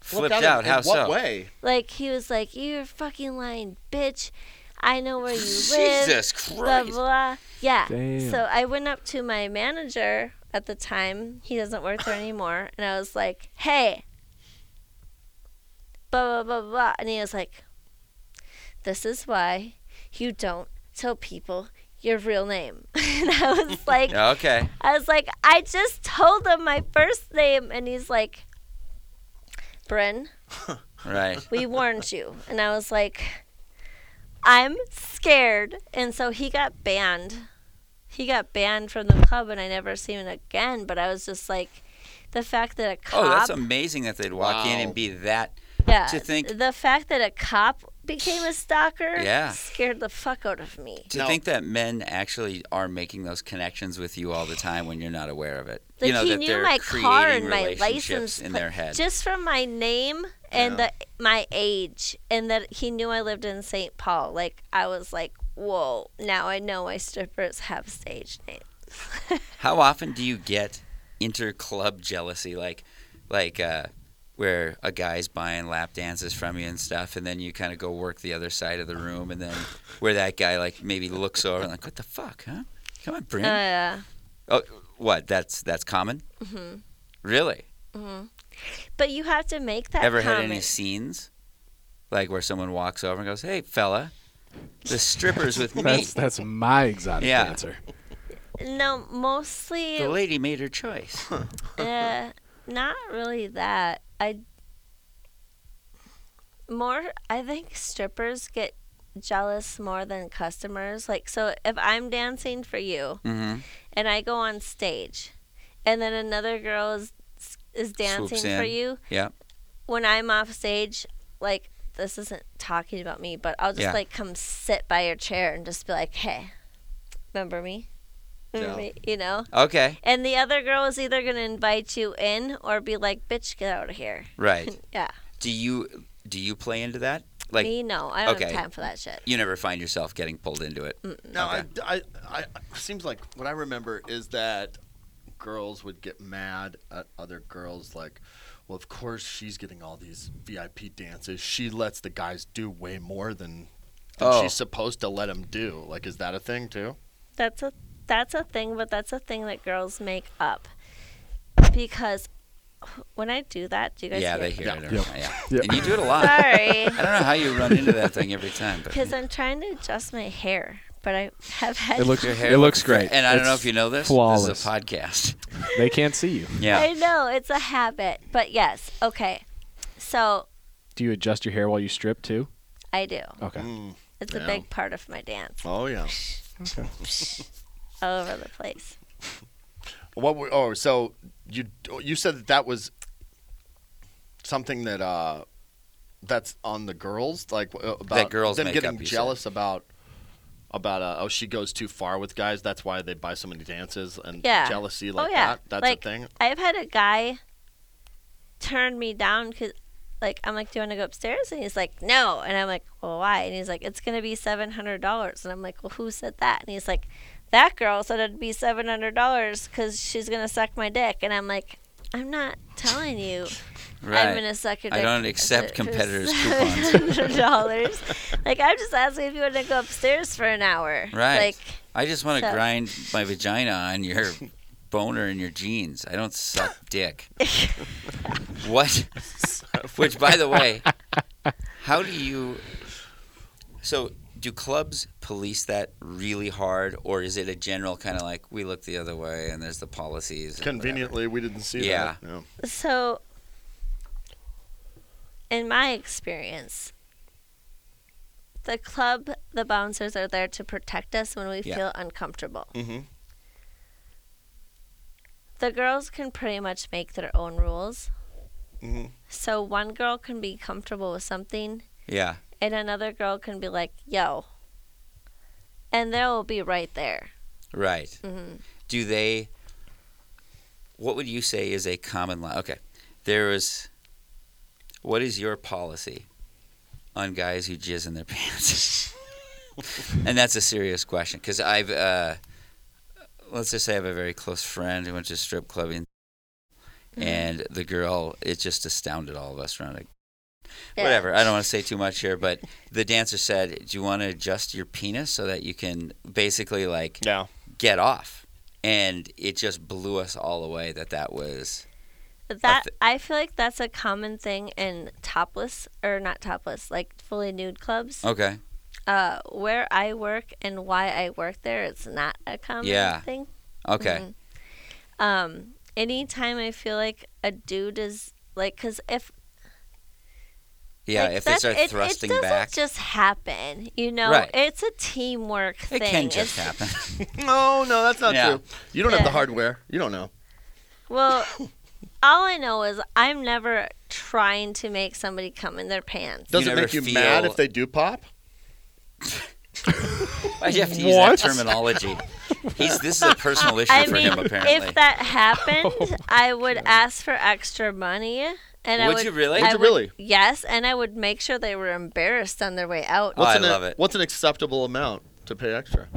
C: Flipped
F: in-
C: out.
F: in
C: How
F: what
C: so?
F: way?
E: like he was like, "You're a fucking lying, bitch! I know where you live."
C: Jesus
E: blah
C: Christ.
E: blah. Yeah.
G: Damn.
E: So I went up to my manager at the time. He doesn't work there anymore, and I was like, "Hey, blah blah blah blah," and he was like, "This is why you don't tell people your real name." and I was like,
C: Okay.
E: I was like, "I just told him my first name," and he's like, "Bryn."
C: Right.
E: we warned you. And I was like, I'm scared. And so he got banned. He got banned from the club, and I never seen him again. But I was just like, the fact that a cop,
C: Oh, that's amazing that they'd walk in
F: Wow.
C: and be that.
E: yeah,
C: to think-
E: the fact that a cop became a stalker,
C: Yeah.
E: scared the fuck out of me.
C: To
F: No.
C: think that men actually are making those connections with you all the time when you're not aware of it.
E: Like
C: you know
E: he
C: that
E: knew
C: they're
E: my
C: creating
E: car and my
C: relationships
E: license
C: in
E: plate-
C: their head.
E: just from my name and the my age, and that he knew I lived in St. Paul. Like I was like, whoa! Now I know why strippers have stage names.
C: How often do you get inter club jealousy, like, like uh, where a guy's buying lap dances from you and stuff, and then you kind of go work the other side of the room, and then where that guy like maybe looks over and like, what the fuck, huh? Come on, Bryn.
E: Uh,
C: oh, what? That's that's common. Mm-hmm. Really?
E: but you have to make that
C: Ever
E: comment.
C: had any scenes like where someone walks over and goes, "Hey, fella, the strippers with me."
G: That's that's my exotic
C: Yeah.
G: dancer.
E: no, mostly
C: The lady made her choice.
E: uh, not really that. I more I think strippers get jealous more than customers. Like so if I'm dancing for you
C: Mm-hmm.
E: and I go on stage and then another girl is is dancing
C: Swoops
E: for
C: in.
E: you
C: Yeah.
E: when I'm off stage like this isn't talking about me, but I'll just
C: Yeah.
E: like come sit by your chair and just be like, "Hey, remember me?" Remember
F: Yeah.
E: me? You know?
C: Okay.
E: And the other girl is either going to invite you in or be like, bitch, get out of here.
C: Right.
E: Yeah.
C: Do you do you play into that? Like
E: Me, no. I don't
C: okay.
E: have time for that shit.
C: you never find yourself getting pulled into it.
F: No, I, I, I, I- seems like what I remember is that girls would get mad at other girls, like, well, of course she's getting all these VIP dances. She lets the guys do way more than, than
C: Oh.
F: she's supposed to let them do. Like, is that a thing too?
E: That's a that's a thing, but that's a thing that girls make up. Because when I do that, do you guys
C: yeah,
E: hear?
C: they hear it.
F: Yeah.
C: every
G: Yep.
C: time, Yeah.
G: Yep.
C: And you do it a lot.
E: Sorry.
C: I don't know how you run into that thing every time, but
E: Because I'm trying to adjust my hair, but I have had
G: It looks
C: Your hair
G: it looks great.
C: and I don't know
G: It's
C: if you know this. This
G: Flawless.
C: is a podcast.
G: They can't see you.
C: Yeah.
E: I know it's a habit, but yes, okay. So
G: do you adjust your hair while you strip too?
E: I do.
G: Okay.
F: Mm.
E: It's
F: Yeah.
E: a big part of my dance.
F: Oh yeah.
E: All over the place.
F: What? Were, oh, so you you said that that was something that uh that's on the girls, like uh, about
C: girls
F: them
C: make
F: getting
C: up, you said.
F: jealous about about uh, oh she goes too far with guys. That's why they buy so many dances and
E: Yeah.
F: jealousy like
E: oh yeah.
F: that. That's
E: like,
F: a thing.
E: I've had a guy turn me down because, like, I'm like, "Do you want to go upstairs?" And he's like, "No." And I'm like, "Well, why?" And he's like, "It's gonna be seven hundred dollars." And I'm like, "Well, who said that?" And he's like, "That girl said it'd be seven hundred dollars because she's gonna suck my dick." And I'm like, "I'm not telling you."
C: Right.
E: I'm gonna suck your
C: I
E: dick.
C: don't accept competitors'
E: dollars. like I'm just asking if you want to go upstairs for an hour.
C: Right.
E: Like
C: I just want to
E: So-
C: grind my vagina on your boner and your jeans. I don't suck dick. what? Which, by the way, how do you? So, do clubs police that really hard, or is it a general kind of like we look the other way and there's the policies? and whatever?
F: Conveniently, we didn't see
C: Yeah.
F: that. Yeah.
E: so in my experience the club the bouncers are there to protect us when we
C: Yeah.
E: feel uncomfortable
F: Mhm.
E: the girls can pretty much make their own rules
C: Mm-hmm.
F: Mhm.
E: so one girl can be comfortable with something
C: Yeah.
E: and another girl can be like yo and they'll be right there
C: Right.
E: hmm
C: do they what would you say is a common line okay there is what is your policy on guys who jizz in their pants and that's a serious question because i've uh, let's just say i have a very close friend who went to strip club in and the girl it just astounded all of us around it
E: Yeah.
C: whatever i don't want to say too much here but the dancer said do you want to adjust your penis so that you can basically like
F: Yeah.
C: get off. And it just blew us all away that that was
E: That
C: thi-
E: I feel like that's a common thing in topless or not topless, like fully nude clubs.
C: okay.
E: Uh, where I work and why I work there, it's not a common
C: Yeah.
E: thing.
C: Okay.
E: Mm-hmm. Um, anytime I feel like a dude is like, cause if
C: Yeah,
E: like,
C: if they
E: that's-
C: start
E: it- it
C: thrusting
E: doesn't
C: back,
E: just happen, you know,
C: Right.
E: it's a teamwork
C: it
E: thing.
C: can just
E: It's-
C: happen.
F: No, no, that's not
C: Yeah.
F: true. You don't have the
E: Yeah.
F: hardware. You don't know.
E: Well, all I know is I'm never trying to make somebody come in their pants.
F: Does it
C: never
F: make you mad
C: feel-
F: if they do pop?
C: Why do you have to use that terminology? He's this is a personal issue
E: I
C: for
E: mean,
C: him apparently. Oh
E: if that happened, I would ask for extra money, and I
C: Would
E: would.
C: you really?
E: I
F: Would you really?
E: Yes, and I would make sure they were embarrassed on their way out.
C: Well, I
F: an,
C: love it.
F: What's an acceptable amount to pay extra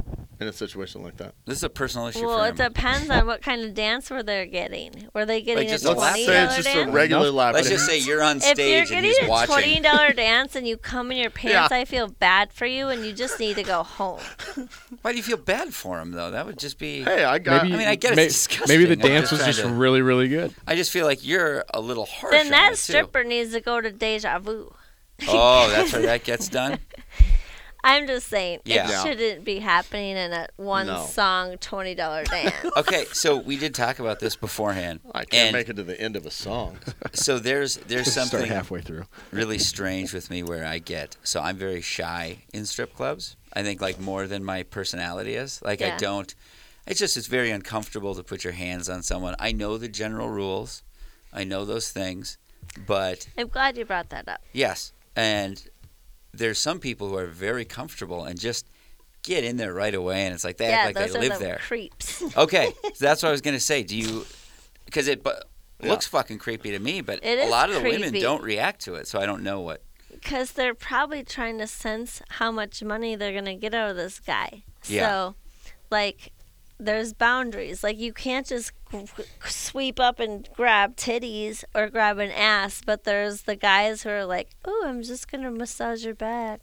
F: in a situation like that?
C: this is a personal issue
E: Well,
C: for
E: it
C: him.
E: depends on what kind of dance were they getting. Were they getting
C: just
E: a
C: a lap
E: twenty
C: dance?
E: dollar
F: it's just a
E: dance?
F: regular
G: Enough?
F: lap
C: Let's
F: dance.
C: just say you're on
E: If you're
C: stage and
E: getting
C: he's
E: a
C: watching.
E: twenty dollar dance and you come in your pants,
F: Yeah.
E: I feel bad for you, and you just need to go home.
C: Why do you feel bad for him though? That would just be.
F: Hey, I got.
C: I mean, I get it's
G: may-
C: disgusting.
G: Maybe the
C: I'm
G: dance
C: just
G: was
C: trying
G: just
C: to-
G: really, really good.
C: I just feel like you're a little harsh. on
E: then
C: it,
E: that
C: too.
E: stripper needs to go to deja vu.
C: Oh, that's where that gets done.
E: I'm just saying,
C: Yeah.
E: it
C: Yeah.
E: shouldn't be happening in a one
F: No.
E: song twenty dollar dance.
C: Okay, so we did talk about this beforehand.
F: I can't
C: and
F: make it to the end of a song.
C: so there's there's
G: Start
C: something
G: halfway through.
C: really strange with me where I get so I'm very shy in strip clubs. I think like more than my personality is. Like I
E: Yeah.
C: don't it's just it's very uncomfortable to put your hands on someone. I know the general rules. I know those things, but
E: I'm glad you brought that up.
C: yes, and there's some people who are very comfortable and just get in there right away and it's like they
E: yeah,
C: act like
E: those
C: they
E: are
C: live
E: the
C: there.
E: creeps.
C: Okay, so that's what I was gonna say. Do you? Because it bu- looks fucking creepy to me, but
E: It
C: a
E: is
C: lot of the women
E: creepy.
C: don't react to it, so I don't know what.
E: Because they're probably trying to sense how much money they're going to get out of this guy.
C: Yeah.
E: So, like, there's boundaries. Like, you can't just g- g- sweep up and grab titties or grab an ass, but there's the guys who are like, oh, I'm just going to massage your back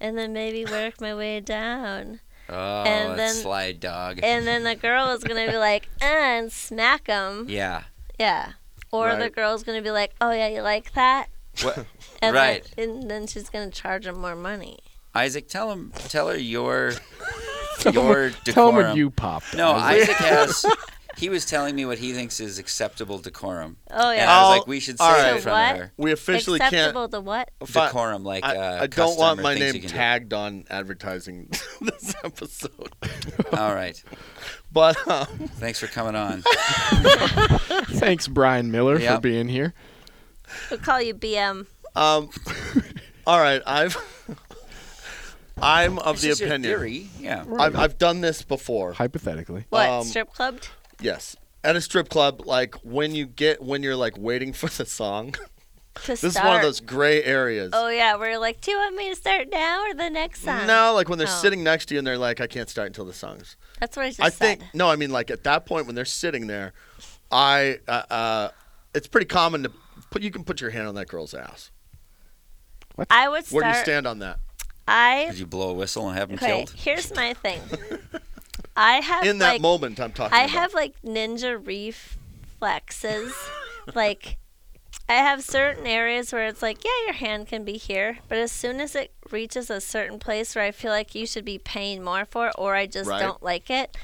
E: and then maybe work my way down.
C: Oh,
E: And
C: that
E: then-
C: slide dog.
E: And then the girl is going to be like, "Uh," and smack him.
C: yeah,
E: Yeah. Or the
C: Right.
E: girl's gonna be like, "Oh yeah, you like that,"
C: What-
E: and
C: right.
E: Then, and then she's gonna charge him more money.
C: Isaac, tell him, tell her your your decorum.
G: Tell him when you pop.
C: no,
G: I was like,
C: Isaac has he was telling me what he thinks is acceptable decorum.
E: Oh
C: And I
E: yeah.
C: was
F: I'll-
C: like, we should say
F: all
C: that in
E: right.
C: front
E: What?
C: of her.
F: We officially
E: Acceptable to what?
F: can't. fi-
C: Decorum, like
F: I,
C: uh,
F: I don't
C: custom
F: want
C: or
F: my
C: things you
F: name
C: can do.
F: tagged on advertising this episode.
C: All right.
F: But um,
C: Thanks for coming on.
G: Thanks, Brian Miller, for
C: Yep.
G: being here.
E: We'll call you BM.
F: Um, all right, I've I'm of
C: It's
F: the
C: just your
F: opinion.
C: theory. Yeah.
F: I've, I've done this before.
G: Hypothetically.
E: What?
F: Um,
E: strip clubbed?
F: Yes, at a strip club, like when you get when you're like waiting for the song.
E: To
F: This
E: start.
F: is one of those gray areas.
E: Oh yeah, we're like, do you want me to start now or the next song?
F: no, like when they're
E: Oh.
F: sitting next to you and they're like, "I can't start until the song's."
E: That's what I just
F: I
E: said.
F: think no, I mean like at that point when they're sitting there, I uh, uh, it's pretty common to put you can put your hand on that girl's ass.
E: I would start.
F: Where do you stand on that?
E: I
C: Did you blow a whistle and have him
E: okay.
C: killed?
E: Here's my thing. I have
F: In that
E: like,
F: moment, I'm talking.
E: I
F: about.
E: have like ninja reflexes. like I have certain areas where it's like, yeah, your hand can be here, but as soon as it reaches a certain place where I feel like you should be paying more for it or I just
F: Right.
E: don't like it.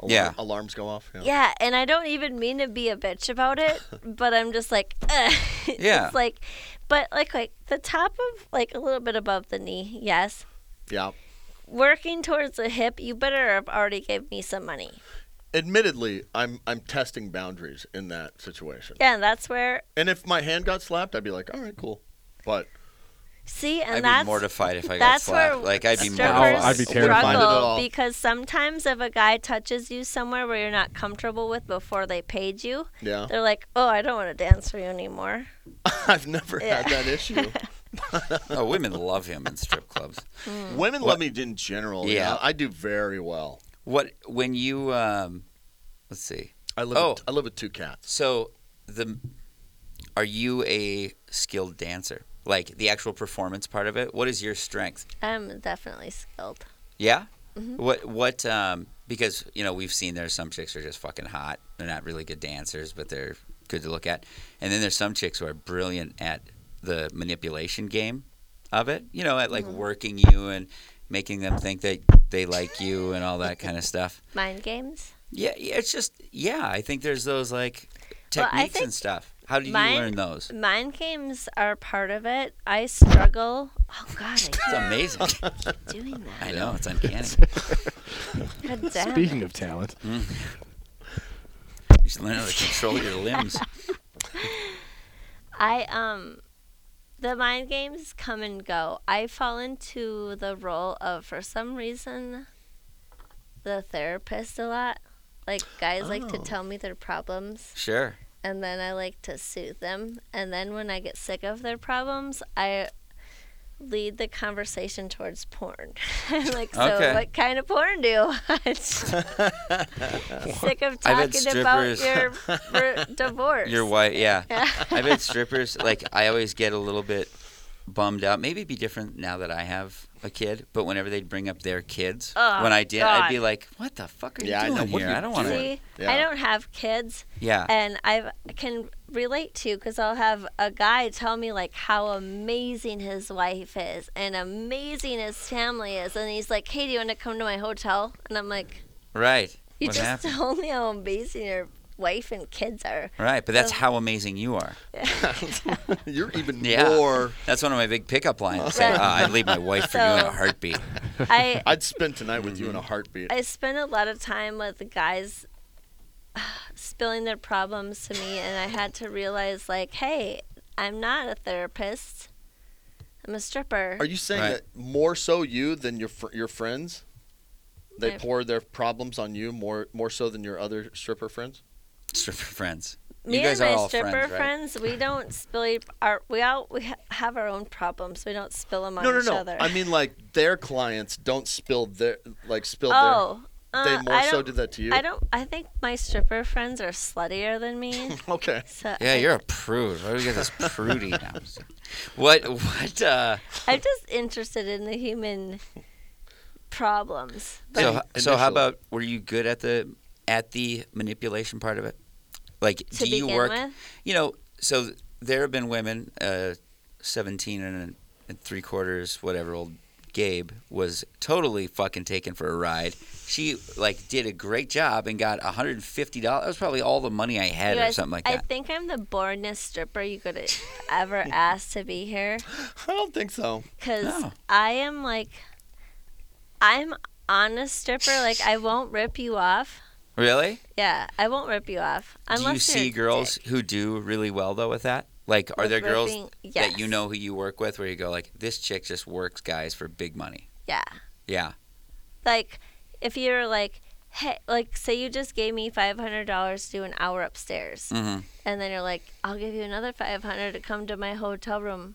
F: Alarm-
C: Yeah.
F: alarms go off. Yeah.
E: Yeah, and I don't even mean to be a bitch about it, but I'm just like, Ugh.
C: Yeah.
E: it's like, but like like the top of like a little bit above the knee, yes.
F: yeah.
E: Working towards the hip, you better have already gave me some money.
F: admittedly, I'm I'm testing boundaries in that situation.
E: Yeah, and that's where
F: And if my hand got slapped, I'd be like, all right, cool. But
E: see, and
C: I'd
E: that's
C: be mortified if I got
E: that's
C: slapped.
E: where
C: Like I'd be
E: strippers
C: mortified.
G: I'd be terrified.
F: Wouldn't mind it at
E: struggle
F: all.
E: because sometimes if a guy touches you somewhere where you're not comfortable with before they paid you,
F: yeah,
E: they're like, "Oh, I don't want to dance for you anymore."
F: I've never had
E: Yeah.
F: that issue.
C: Oh, women love him in strip clubs.
E: Mm.
F: Women love me in general. Yeah,
C: Yeah.
F: I do very well.
C: What when you um, let's see.
F: I live.
C: Oh.
F: With, I live with two cats.
C: So the are you a skilled dancer? Like the actual performance part of it? What is your strength?
E: I'm definitely skilled.
C: Yeah.
E: Mm-hmm.
C: What what um because you know we've seen there's some chicks who are just fucking hot. They're not really good dancers, but they're good to look at. And then there's some chicks who are brilliant at the manipulation game of it. You know, at like
E: Mm-hmm.
C: working you and making them think that they like you and all that kind of stuff.
E: Mind games.
C: Yeah, yeah, it's just yeah. I think there's those like
E: Well,
C: techniques
E: I
C: and
E: think
C: stuff. How did you
E: mine-
C: learn those?
E: Mind games are part of it. I struggle. Oh God,
C: It's
E: I
C: amazing.
E: keep doing that.
C: I know it's uncanny.
E: God damn.
G: Speaking of talent,
C: You should learn how to control your limbs.
E: I um, the mind games come and go. I fall into the role of for some reason, the therapist a lot. Like guys like
C: Oh.
E: to tell me their problems,
C: Sure.
E: and then I like to soothe them. And then when I get sick of their problems, I lead the conversation towards porn. I'm like, so
C: Okay.
E: what kind of porn do you watch? Sick of
C: I've had
E: talking about
C: strippers-
E: your r- divorce.
C: Your wife, yeah. I've had strippers. Like I always get a little bit bummed out. Maybe it'd be different now that I have a kid. But whenever they'd bring up their kids,
E: Oh,
C: when I did, I'd be
E: God.
C: like, "What the fuck are you
F: Yeah, I
C: doing
F: know. What are
C: here?
F: you
C: I don't want to."
E: See, I
F: Yeah.
E: don't have kids,
C: Yeah.
E: and I've- I can relate to because I'll have a guy tell me like how amazing his wife is and amazing his family is, and he's like, "Hey, do you want to come to my hotel?" And I'm like,
C: Right.
E: "You
C: what
E: just
C: happened?
E: told me how amazing your wife and kids are."
C: Right, but that's
E: Oh.
C: how amazing you are.
F: You're even
C: Yeah.
F: more.
C: That's one of my big pickup lines. Say,
E: Right.
C: "Ah, I'd leave my wife for you in a
E: So-
C: heartbeat.
E: I
F: I'd spend tonight with you in a heartbeat.
E: I spend a lot of time with the guys spilling their problems to me, and I had to realize, like, hey, I'm not a therapist. I'm a stripper.
F: Are you saying
C: Right.
F: that more so you than your fr- your friends? They
E: My-
F: pour their problems on you more more so than your other stripper friends.
C: Stripper friends.
E: me
C: you guys
E: and
C: are
E: my
C: all
E: stripper
C: friends, right?
E: we don't spill e-, our. We all we ha- have our own problems. We don't spill them on
F: No, no,
E: each
F: no.
E: other.
F: I mean, like their clients don't spill their like spill
E: oh.
F: their.
E: Uh,
F: They more
E: I
F: so
E: don't,
F: do that to you.
E: I don't. I think my stripper friends are sluttier than me.
F: Okay.
E: So
C: Yeah,
E: I-
C: you're a prude. Why do we get this prudy now? What? What? Uh,
E: I'm just interested in the human problems.
C: so,
F: Initially.
C: so how about were you good at the at the manipulation part of it? Like,
E: To
C: do you
E: begin
C: work?
E: with?
C: You know, so there have been women, uh, seventeen and, and three quarters, whatever old Gabe was totally fucking taken for a ride. She like did a great job and got $150. That was probably all the money I had
E: You
C: or
E: guys,
C: something like
E: I
C: that.
E: think I'm the boredest stripper you could ever ask to be here.
F: I don't think so.
E: because
C: No.
E: I am like, I'm honest stripper. Like I won't rip you off.
C: really?
E: Yeah, I won't rip you off.
C: do
E: Unless
C: you
E: you're
C: see
E: a
C: girls
E: dick.
C: who do really well though with that? Like, are
E: With
C: there girls
E: ripping-
C: that you
E: yes.
C: know who you work with where you go like, this chick just works guys for big money?
E: Yeah,
C: Yeah,
E: like if you're like, hey, like say you just gave me five hundred dollars to do an hour upstairs,
C: Mhm.
E: and then you're like, I'll give you another five hundred to come to my hotel room.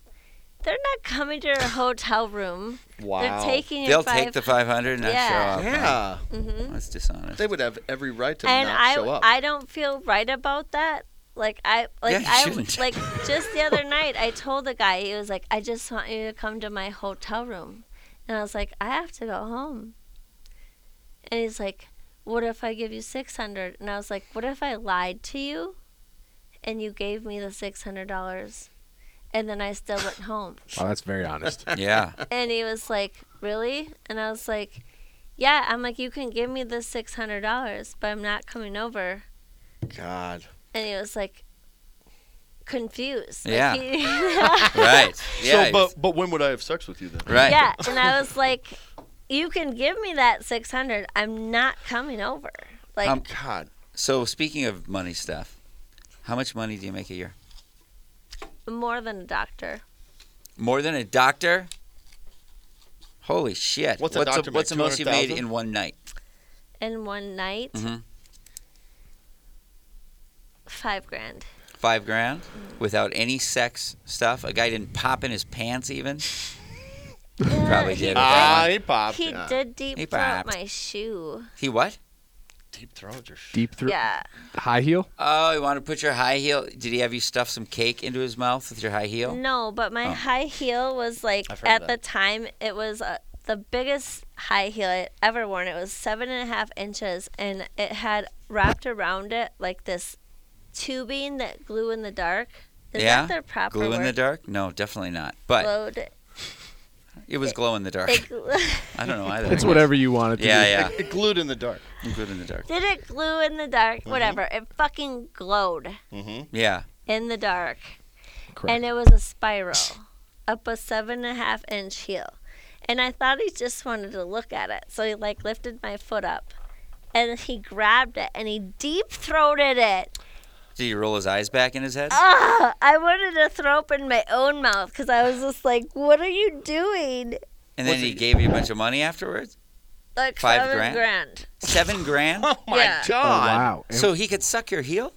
E: They're not coming to your hotel room. They're taking your
C: they'll
E: five.
C: take the five hundred and not
E: Yeah.
C: show up.
F: yeah,
E: Mhm.
C: That's dishonest.
F: they would have every right to
E: and
F: not
E: I,
F: show up.
E: I don't feel right about that. Like I,
C: Yeah,
E: like
C: you shouldn't.
E: I, like just the other night, I told the guy he was like, "I just want you to come to my hotel room," and I was like, "I have to go home." And he's like, "What if I give you six hundred? And I was like, "What if I lied to you, and you gave me the six hundred dollars, and then I still went home?"
G: Wow, that's very honest.
C: yeah,
E: And he was like, "Really?" And I was like, "Yeah." I'm like, "You can give me the six hundred dollars, but I'm not coming over."
F: God,
E: and he was like confused. Like,
C: Yeah.
E: he-
C: right. Yeah,
F: so, but but when would I have sex with you then?
C: right.
E: yeah. And I was like, you can give me that 600. I'm not coming over. Like,
C: Um,
F: God,
C: So speaking of money stuff, how much money do you make a year?
E: more than a doctor.
C: More than a doctor? Holy shit!
F: What's a
C: what's,
F: doctor make,
C: what's the most you made
F: 200,000?
C: in one night?
E: In one night,
C: Mhm.
E: five grand.
C: Five grand without any sex stuff. A guy didn't pop in his pants even. Probably
E: Yeah,
C: did. with that one.
F: ah, he popped.
E: He
F: Yeah.
E: did deep
C: He
E: throat
C: popped.
E: my shoe.
C: He what?
F: Deep throat your shit.
G: Deep through
E: Yeah.
G: high heel.
C: Oh, he wanted to put your high heel. Did he have you stuff some cake into his mouth with your high heel?
E: No, but my
C: Oh.
E: high heel was like
F: I've heard
E: at
F: of
E: the time it was uh, the biggest high heel I ever worn. It was seven and a half inches, and it had wrapped around it like this tubing that glue in the dark. Is
C: Yeah,
E: that the proper
C: Glue
E: word?
C: in the dark? No, definitely not. But
E: Glowed-
C: it was glow in the dark.
E: it gl-
C: I don't know either.
G: It's whatever you want it to be.
C: Yeah,
F: It glued in the dark.
C: yeah. Glue in the dark.
E: Did it glue in the dark?
C: Mm-hmm.
E: Whatever. It fucking glowed
F: Mm-hmm.
C: Yeah.
E: in the dark.
G: Correct.
E: and it was a spiral up a seven and a half inch heel. And I thought he just wanted to look at it. So he like lifted my foot up and he grabbed it and he deep throated it.
C: Did he roll his eyes back in his head?
E: Uh, Ugh, I wanted to throw up in my own mouth because I was just like, what are you doing?
C: And then
F: Was
C: he
F: it-
C: gave you a bunch of money afterwards?
E: Like
C: Five
E: seven
C: grand?
E: grand.
C: Seven grand?
F: Oh my
E: Yeah.
G: oh
F: God.
G: wow. And
C: So he could suck your heel?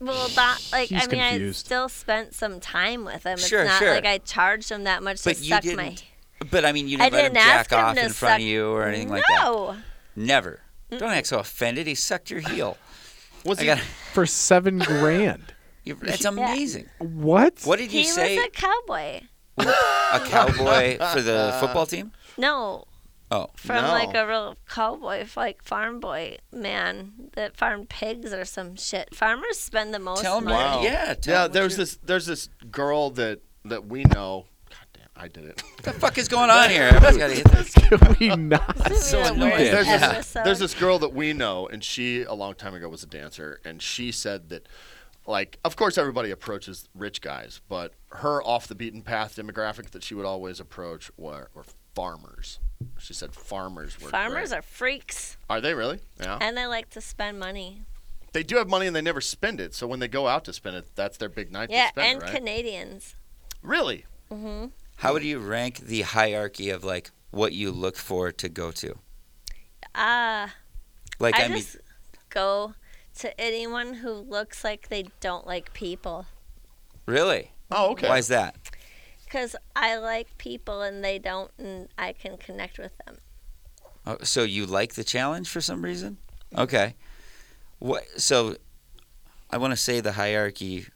E: Well, that like I
G: He's
E: mean, I
G: confused.
E: still spent some time with him. It's
C: Sure,
E: not
C: sure.
E: like I charged him that much
C: But
E: to
C: you
E: suck
C: didn't
E: my.
C: But I mean, you
E: I
C: didn't let him
E: didn't
C: jack
E: ask him
C: off
E: to
C: in front
E: suck-
C: of you or anything
E: no.
C: like that. Never. Don't act so offended. He sucked your heel.
F: Was
C: I
F: he?
C: got.
G: for seven grand.
C: That's amazing.
G: What?
C: What did you
E: He
C: say?
E: was a cowboy.
C: a cowboy for the football team?
E: No.
C: Oh.
E: From
F: No.
E: like a real cowboy, f- like farm boy man that farmed pigs or some shit. Farmers spend the most
C: Tell me.
E: money.
F: Wow.
C: Yeah. Tell
F: yeah,
C: him what
F: there's
C: you-
F: this there's this girl that that we know. God damn, I did it.
C: What the fuck is going on here? Everybody's got to hit this.
G: Can we not?
E: This
C: so
E: is the
C: annoying.
E: worst
F: There's this-
E: episode.
F: There's this girl that we know, and she a long time ago was a dancer, and she said that, like, of course everybody approaches rich guys, but her off the beaten path demographic that she would always approach were, were farmers. She said farmers were
E: Farmers
F: great.
E: are freaks
F: are they really? Yeah,
E: and they like to spend money.
F: they do have money and they never spend it. So when they go out to spend it, that's their big night
E: Yeah,
F: to spend,
E: and
F: right?
E: Canadians.
F: really?
E: hmm
C: How would you rank the hierarchy of like what you look for to go to?
E: Uh,
C: Like I,
E: I
C: mean,
E: just go to anyone who looks like they don't like people.
C: really?
F: Oh, okay.
C: Why is that?
E: Because I like people and they don't, and I can connect with them.
C: Oh, so you like the challenge for some reason? Okay. What? So I want to say the hierarchy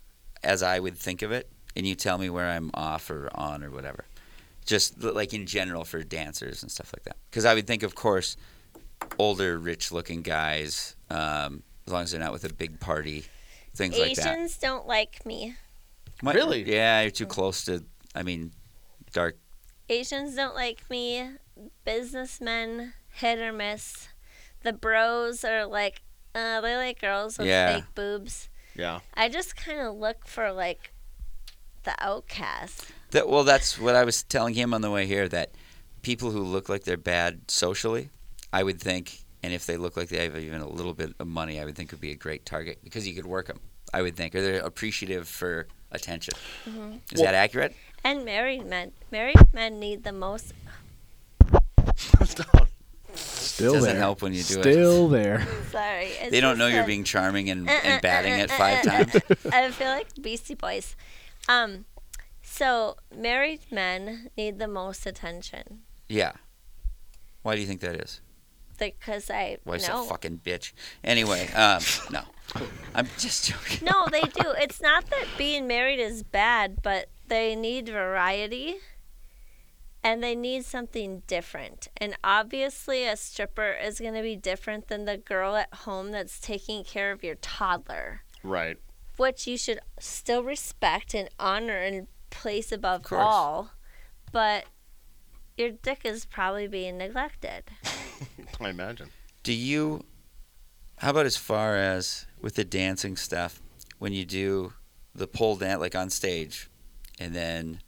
C: as I would think of it, and you tell me where I'm off or on or whatever. Just l- like in general for dancers and stuff like that. Because I would think, of course, older, rich-looking guys, um, as long as they're not with a big party, things like that.
E: Asians don't like me.
C: Might-
F: Really?
C: Yeah, you're too close to. I mean, dark
E: Asians don't like me. Businessmen hit or miss. The bros are like, uh, they like girls with
C: Yeah.
E: fake boobs.
F: Yeah.
E: I just kind of look for like the outcast.
C: That, well, that's what I was telling him on the way here that people who look like they're bad socially, I would think, and if they look like they have even a little bit of money, I would think would be a great target because you could work them, I would think, or they're appreciative for attention.
E: Mm-hmm.
C: Is that accurate?
E: And married men. Married men need the most.
G: Still
C: Doesn't
G: there.
C: help when you do it.
G: Still there.
E: Sorry. it's
C: They don't
E: just
C: know you're
E: that-
C: being charming and,
E: Uh, uh,
C: and batting
E: uh,
C: it
E: uh,
C: five
E: uh, uh,
C: times.
E: I feel like Beastie Boys. Um, so married men need the most attention
C: Yeah. Why do you think that is?
E: because I
C: Wife's
E: know.
C: a fucking bitch. Anyway, um, no. I'm just joking.
E: No, they do. It's not that being married is bad, but they need variety and they need something different. And obviously, a stripper is going to be different than the girl at home that's taking care of your toddler,
F: Right.
E: which you should still respect and honor and place above
C: course.
E: all. But your dick is probably being neglected.
F: I imagine.
C: Do you? How about as far as with the dancing stuff when you do the pole dance, like on stage, and then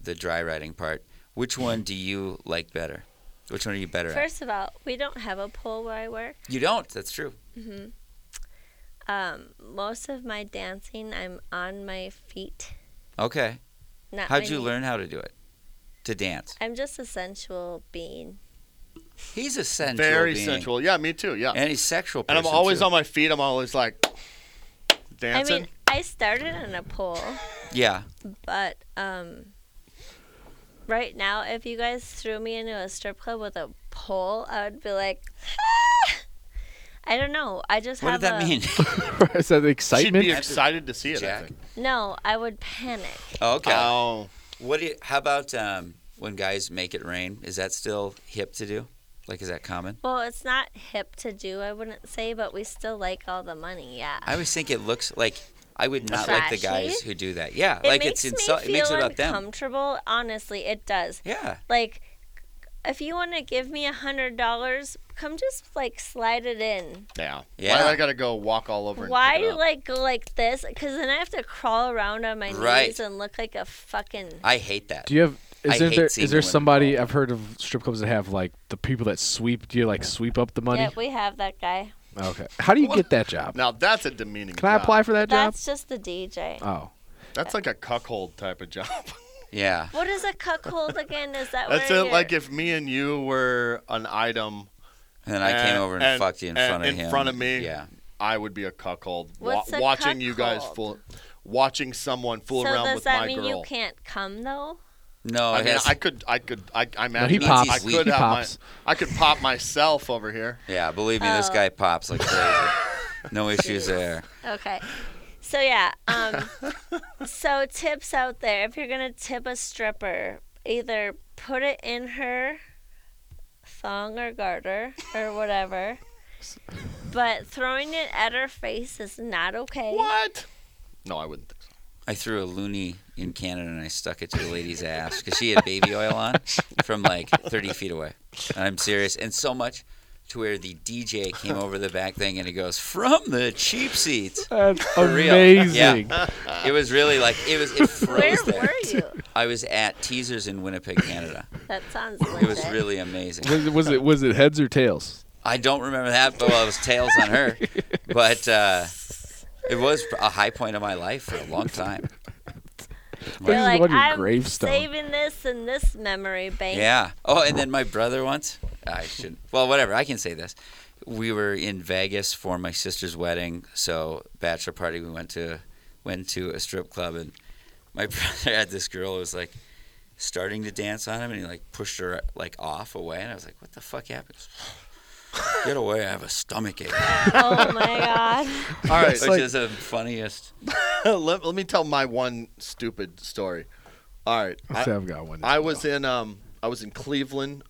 C: the dry riding part? Which one do you like better? Which one are you better at?
E: First of all, we don't have a pool where I work.
C: You don't. That's true.
E: Um, most of my dancing, I'm on my feet.
C: Okay.
E: Not
C: How'd
E: my
C: you
E: knees.
C: learn how to do it? To dance.
E: I'm just a sensual being.
C: He's a sensual.
F: Very
C: being,
F: sensual. Yeah, me too. Yeah. And,
C: And he's sexual.
F: I'm
C: person,
F: always
C: too.
F: on my feet. I'm always like dancing.
E: I mean, I started in a pool,
C: Yeah.
E: but um, right now, if you guys threw me into a strip club with a pole, I would be like, "Ah!" I don't know. I just
C: What
E: have
C: did that
E: a-
C: mean?
G: Is that the
F: She'd be
G: excitement?
F: excited to see it. I
C: Jack.
F: think.
E: No, I would panic.
C: oh, okay.
F: Oh,
C: What do you, how about um, when guys make it rain? Is that still hip to do? Like, is that common?
E: Well, it's not hip to do, I wouldn't say, but we still like all the money. Yeah.
C: I always think it looks like I would not like the
E: Flashy?
C: guys who do that. Yeah, like it's
E: makes me
C: insul- it makes it
E: feel
C: about them.
E: uncomfortable. Honestly, it does.
C: Yeah,
E: Like, if you want to give me a hundred dollars, come just like slide it in.
F: yeah.
C: Yeah.
F: Why do I gotta go walk all over? and
E: Why
F: pick it
E: do you
F: up?
E: like go like this? Because then I have to crawl around on my
C: Right.
E: knees and look like a fucking.
C: I hate that.
G: Do you have?
C: I
G: Is there
C: hate
G: there
C: seeing
G: is
C: the
G: there
C: women
G: somebody
C: fall.
G: I've heard of strip clubs that have like the people that sweep? Do you like sweep up the money?
E: Yeah, we have that guy.
G: Okay. How do you get that job?
F: Now that's a demeaning.
G: Can I
F: job.
G: apply for that job?
E: That's just the DJ.
G: Oh,
F: That's like a cuckold type of job.
C: yeah,
E: What is a cuckold again? Is that
F: That's
E: where
F: it.
E: you're-
F: Like if me and you were an item,
C: and then I came
F: And-
C: over and,
F: and-
C: fucked you in
F: and-
C: front of
F: in
C: him.
F: front of me.
C: Yeah,
F: I would be a cuckold.
E: What's a
F: watching you guys fool,
E: cuckold?
F: watching someone fool
E: so
F: around
E: does
F: with
E: that
F: my
E: mean
F: girl.
E: you can't come though?
C: no,
F: I
C: Oh, it
F: mean,
C: has-
F: I could, I could, I, I
G: he
F: imagine
G: pops.
F: I
C: He's
F: could
G: weak.
F: have
G: He
F: my,
G: pops.
F: I could pop myself over here.
C: yeah. Believe me, this
E: Oh.
C: guy pops like crazy. No issues there.
E: Okay. So yeah, um so tips out there. If you're going to tip a stripper, either put it in her thong or garter or whatever. But throwing it at her face is not okay.
F: What? No, I wouldn't. Think so.
C: I threw a loony in Canada and I stuck it to the lady's ass because she had baby oil on from like 30 feet away. And I'm serious. And so much to where the DJ came over the back thing and he goes, From the cheap seats.
G: that's
C: real.
G: amazing.
C: It was really like, it was, it
E: Where
C: froze there.
E: were you?
C: I was at Teasers in Winnipeg, Canada.
E: That sounds
C: It was
E: legit.
C: really amazing.
G: Was, it, was it was it heads or tails?
C: I don't remember that, but well, it was tails on her. But uh, it was a high point of my life for a long time.
G: This
E: You're
G: is
E: like,
G: on your
E: I'm
G: gravestone.
E: saving this in this memory bank.
C: Yeah. Oh, and then my brother once. I should. Well, whatever. I can say this. We were in Vegas for my sister's wedding, so bachelor party. We went to went to a strip club, and my brother had this girl who was like starting to dance on him, and he like pushed her like off away, and I was like, "What the fuck happened?" He goes, Get away! I have a stomach ache,
E: Oh my god.
F: All right,
C: which is the funniest.
F: let, let me tell my one stupid story. All right,
G: I,
F: I,
G: have got one.
F: I was in, um, I was in Cleveland,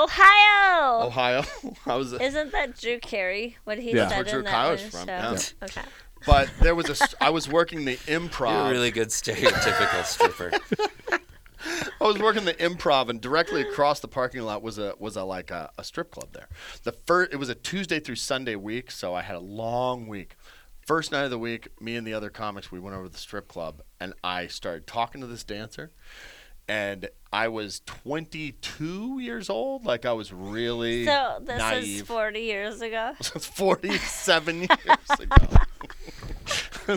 E: Ohio.
F: Ohio. I was,
E: Isn't that Drew Carey? What he said
G: Yeah.
F: Oh. That's where
E: in
F: Drew
E: that
F: Carey's
E: one
F: from,
E: show?
F: yeah.
E: Okay.
F: but there was a, s- I was working the
C: You're
F: improv.
C: a really good stereotypical stripper.
F: I was working the improv, and directly across the parking lot was a was a like a, a strip club there. The first it was a Tuesday through Sunday week, so I had a long week. First night of the week, me and the other comics we went over to the strip club, and I started talking to this dancer, and I was 22 years old, like I was really
E: So this is
F: naive.
E: 40 years ago.
F: 47 years ago.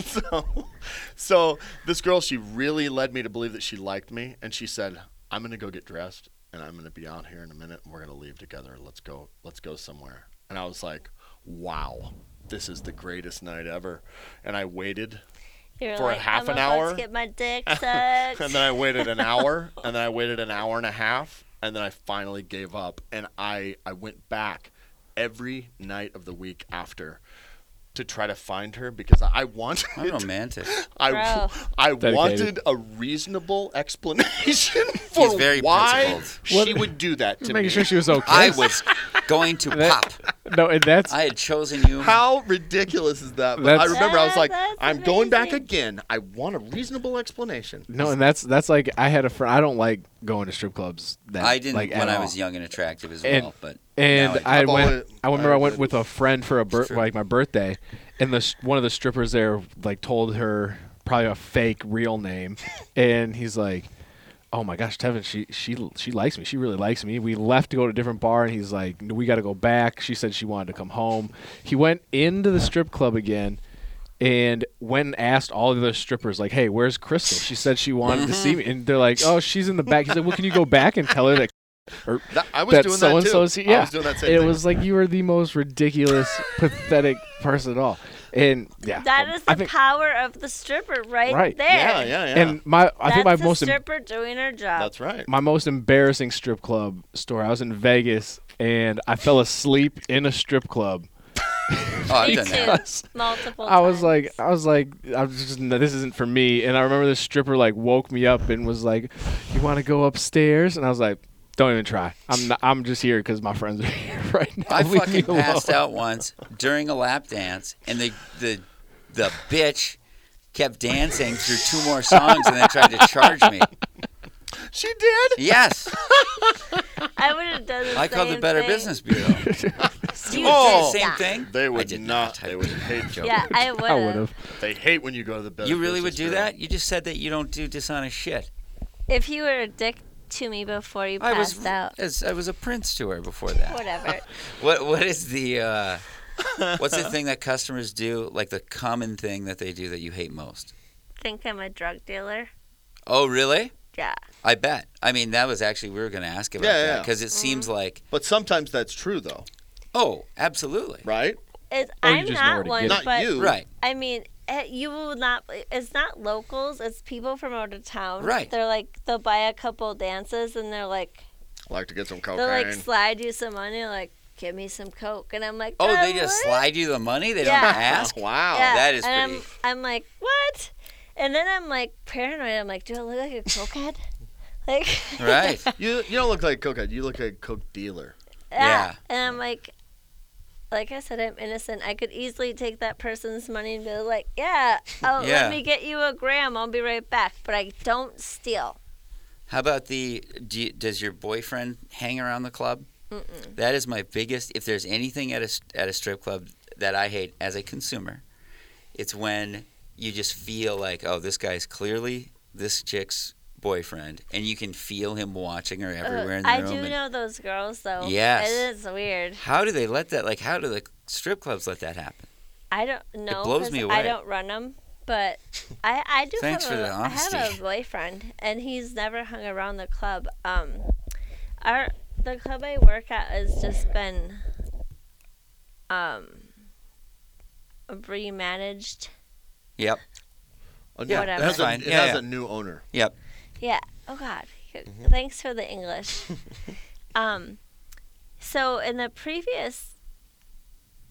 F: so, so this girl, she really led me to believe that she liked me, and she said, "I'm gonna go get dressed, and I'm gonna be out here in a minute, and we're gonna leave together. Let's go, let's go somewhere." And I was like, "Wow, this is the greatest night ever," and I waited
E: You're
F: For a
E: like,
F: half
E: I'm
F: an
E: about
F: hour?
E: To get my dick sucked.
F: and then I waited an hour, and then I waited an hour and a half, and then I finally gave up. And I, I went back every night of the week after to try to find her because I, I wanted
C: I'm romantic.
F: I,
E: Bro.
F: I
G: Dedicated.
F: wanted a reasonable explanation for
C: very
F: why
C: principled.
F: she would do that to me.
G: Making sure she was okay.
C: I was going to pop.
G: no, and that's
C: I had chosen you.
F: How ridiculous is that? But I
G: That's-
F: remember I was like,
E: That's
F: I'm going back
E: amazing.
F: again. I want a reasonable explanation.
G: no, and that's that's like I had a friend. I don't like going to strip clubs. That
C: I didn't
G: like, at
C: when I
G: all.
C: was young and attractive as
G: And-
C: well, but
G: and
C: now
G: I
F: I've
G: went.
F: always-
G: I remember I,
F: I
G: went
F: did.
G: with a friend for a bir- like my birthday, and the one of the strippers there like told her probably a fake real name, and he's like, "Oh my gosh, Tevin, she she she likes me. She really likes me." We left to go to a different bar, and he's like, "No, "We got to go back." She said she wanted to come home. He went into the strip club again. And went and asked all the other strippers, like, "Hey, where's Crystal?" She said she wanted to
F: Mm-hmm.
G: see me, and they're like, "Oh, she's in the back." He's like, "Well, can you go back and tell her that?" Or,
F: That- I was
G: that
F: doing
G: so
F: that
G: and
F: too.
G: so is- yeah.
F: I was doing that same
G: it
F: thing.
G: was like you were the most ridiculous, pathetic person at all. And yeah,
E: That
G: um,
E: is
G: I
E: the
G: think,
E: power of the stripper right,
G: Right.
E: there.
F: yeah, yeah, yeah.
G: and my I
E: That's
G: think my
E: the
G: most em-
E: stripper doing her job.
F: That's right.
G: my most embarrassing strip club story. I was in Vegas and I fell asleep in a strip club.
C: oh, I've
E: Me
C: done that.
E: too. Multiple.
G: I was
E: times.
G: like, I was like, I was just, no, this isn't for me. And I remember this stripper like woke me up and was like, "You want to go upstairs?" And I was like, "Don't even try. I'm not, I'm just here because my friends are here right now.
C: I
G: Leave me
C: fucking
G: alone."
C: passed out once during a lap dance, and the the the bitch kept dancing through two more songs and then tried to charge me.
F: she did.
C: Yes,
E: I would have done the
C: I called the
E: same
C: Better
E: thing.
C: Business Bureau.
E: You
F: Oh.
E: did
C: Same
E: that.
C: thing.
F: They would
C: I did
F: not.
C: I
F: They would hate you.
E: Yeah, I would
G: I would
E: have.
G: have.
F: They hate when you go to the bed.
C: You really would do that? You just said that you don't do dishonest shit.
E: If you were a dick to me before you
C: I
E: passed
C: was
E: out,
C: as- I was a prince to her before that.
E: whatever.
C: What what is the uh, what's the thing that customers do? Like the common thing that they do that you hate most?
E: Think I'm a drug dealer?
C: Oh, really?
E: Yeah.
C: I bet. I mean, that was actually we were going to ask about
F: Yeah,
C: that
F: yeah.
C: because it seems
E: Mm-hmm.
C: like
F: But sometimes that's true, though,
C: oh, absolutely,
F: right?
E: It's,
G: Or you
E: I'm
G: just
E: not
G: know where to
E: one,
G: get
F: Not
E: but
F: you,
C: right.
E: I mean, eh, you will not. It's not locals. It's people from out of town.
C: Right.
E: They're like they'll buy a couple dances and they're like
F: Like to get some cocaine.
E: they'll like slide you some money like give me some coke and I'm like
C: Oh,
E: "Uh,
C: they just
E: what?"
C: slide you the money. They
E: Yeah.
C: don't ask.
F: wow.
E: Yeah.
C: that is
E: and
C: pretty-
E: I'm, I'm like what? And then I'm like paranoid. I'm like, do I look like a cokehead? like
C: Right.
F: You you don't look like a cokehead. You look like a coke dealer.
E: yeah.
C: Yeah.
E: And I'm like. Like I said, I'm innocent. I could easily take that person's money and be like, "Yeah, oh,
C: Yeah.
E: let me get you a gram. I'll be right back." But I don't steal.
C: How about the? Do you, does your boyfriend hang around the club? That is my biggest. If there's anything at a s- at a strip club that I hate as a consumer, it's when you just feel like, oh, this guy's clearly this chick's boyfriend, and you can feel him watching her
E: Uh,
C: everywhere in the
E: I
C: room.
E: do
C: and-
E: know those girls though.
C: Yes.
E: it is weird.
C: How do they let that? Like, how do the strip clubs let that happen?
E: I don't know.
C: blows
E: 'cause
C: me
E: I
C: away.
E: don't run them, but I I do.
C: Thanks
E: have
C: for
E: a,
C: the
E: I have
C: honesty.
E: a boyfriend, and he's never hung around the club. Um, our the club I work at has just been um remanaged.
C: Yep.
F: A new-
C: Yeah,
E: Whatever.
F: It has, a,
C: Fine.
F: it
C: Yeah,
F: has
C: yeah.
F: a new owner.
C: Yep.
E: Yeah. Oh God. Thanks for the English. um, so in the previous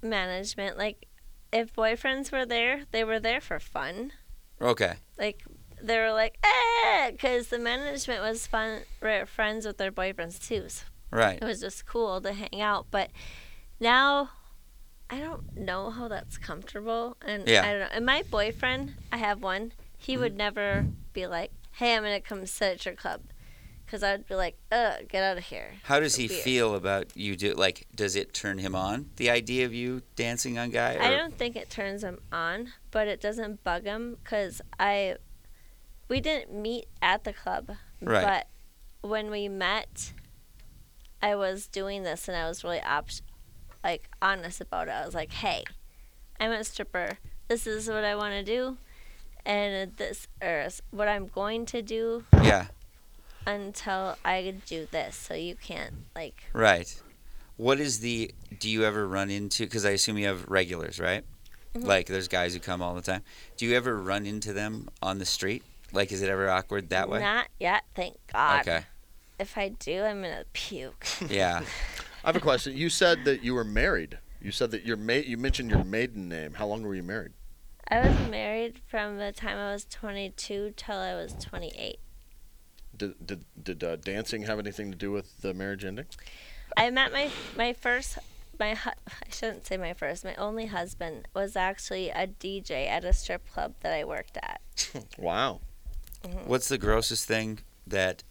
E: management, like if boyfriends were there, they were there for fun.
C: Okay.
E: Like they were like, eh, because the management was fun, were friends with their boyfriends too. So
C: Right.
E: it was just cool to hang out. But now, I don't know how that's comfortable. And
C: Yeah.
E: I don't know. And my boyfriend, I have one. He would never be like, "Hey, I'm gonna come sit at your club," because I'd be like, "Ugh, get out of here."
C: How does he
E: Weird.
C: feel about you do like does it turn him on? The idea of you dancing on guy
E: I
C: or-
E: don't think it turns him on, but it doesn't bug him because I, we didn't meet at the club,
C: Right.
E: but when we met, I was doing this and I was really op- like honest about it. I was like, "Hey, I'm a stripper. This is what I want to do, and this is what I'm going to do
C: Yeah,
E: until I do this. So you can't like
C: right. What is the do you ever run into cuz I assume you have regulars, right?
E: Mm-hmm.
C: Like there's guys who come all the time. Do you ever run into them on the street? Like is it ever awkward that way?
E: not yet. Thank God.
C: Okay.
E: If I do, I'm gonna puke.
C: Yeah.
F: I have a question. You said that you were married. You said that your ma- you mentioned your maiden name. How long were you married?
E: I was married from the time I was 22 till I was 28.
F: Did did, did uh, dancing have anything to do with the marriage ending?
E: I met my my first my hu- I shouldn't say my first my only husband was actually a DJ at a strip club that I worked at.
F: Wow.
C: What's the grossest thing that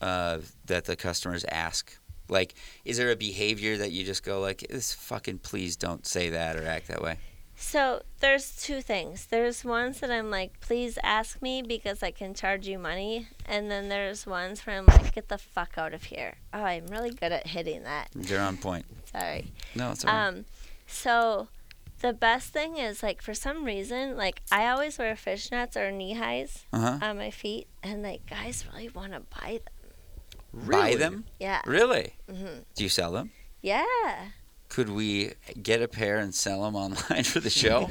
C: uh, that the customers ask? Like, is there a behavior that you just go like, "This fucking please don't say that or act that way"?
E: So there's two things. There's ones that I'm like, please ask me because I can charge you money, and then there's ones where I'm like, get the fuck out of here. Oh, I'm really good at hitting that.
C: They're on point.
E: Sorry.
C: No, it's all right.
E: Um, so the best thing is like for some reason, like I always wear fishnets or knee highs
C: Uh-huh.
E: on my feet, and like guys really want to buy them.
C: Buy them?
E: Yeah,
C: Really?
E: Mm-hmm.
C: Do you sell them?
E: yeah.
C: Could we get a pair and sell them online for the show?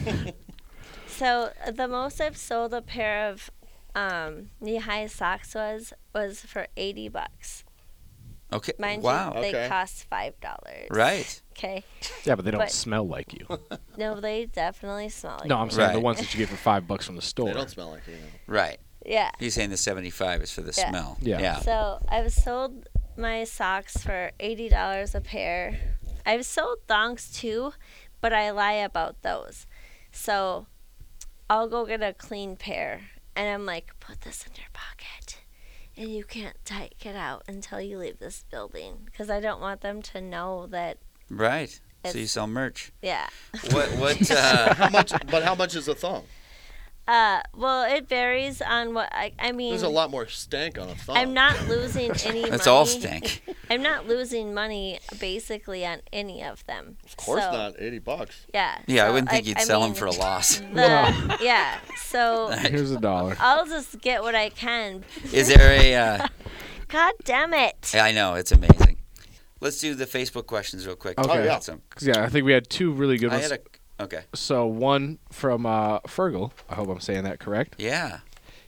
E: So uh, the most I've sold a pair of um, knee high socks was was for eighty bucks.
C: Okay.
E: Mind
C: wow.
E: you, they
F: Okay.
E: cost five dollars.
C: Right.
E: Okay.
G: Yeah, but they don't
E: But-
G: smell like you.
E: No, they definitely smell like.
G: No, I'm saying the
C: Right.
G: ones that you get for five bucks from the
F: They
G: store.
F: don't smell like you. know.
C: Right.
E: Yeah.
C: You're saying the 75 is for the
E: Yeah.
C: smell.
G: Yeah.
E: So I've sold my socks for eighty dollars a pair. I've sold thongs too, but I lie about those. So I'll go get a clean pair, and I'm like, put this in your pocket, and you can't take it out until you leave this building, because I don't want them to know that.
C: Right. So
E: It's-
C: you sell merch.
E: Yeah.
C: What? What? Uh,
F: How much? but how much is a thong?
E: Uh. Well, it varies on what I. I mean.
F: There's a lot more stank on a thong.
E: I'm not losing any.
C: that's
E: money.
C: all stank.
E: I'm not losing money basically on any of them.
F: Of course
E: So,
F: not. Eighty bucks.
E: Yeah.
C: Yeah, I
E: so,
C: wouldn't think
E: like,
C: you'd
E: I
C: sell
E: mean,
C: them for a loss.
E: the- yeah. So
G: Here's a dollar.
E: I'll just get what I can.
C: Is there a? Uh,
E: God damn it.
C: Yeah, I know it's amazing. Let's do the Facebook questions real quick.
G: Okay.
F: Oh, yeah.
C: Some-
G: 'Cause, yeah, I think we had two really good
C: I
G: ones.
C: had a okay.
G: So one from uh, Fergal. I hope I'm saying that correct.
C: Yeah,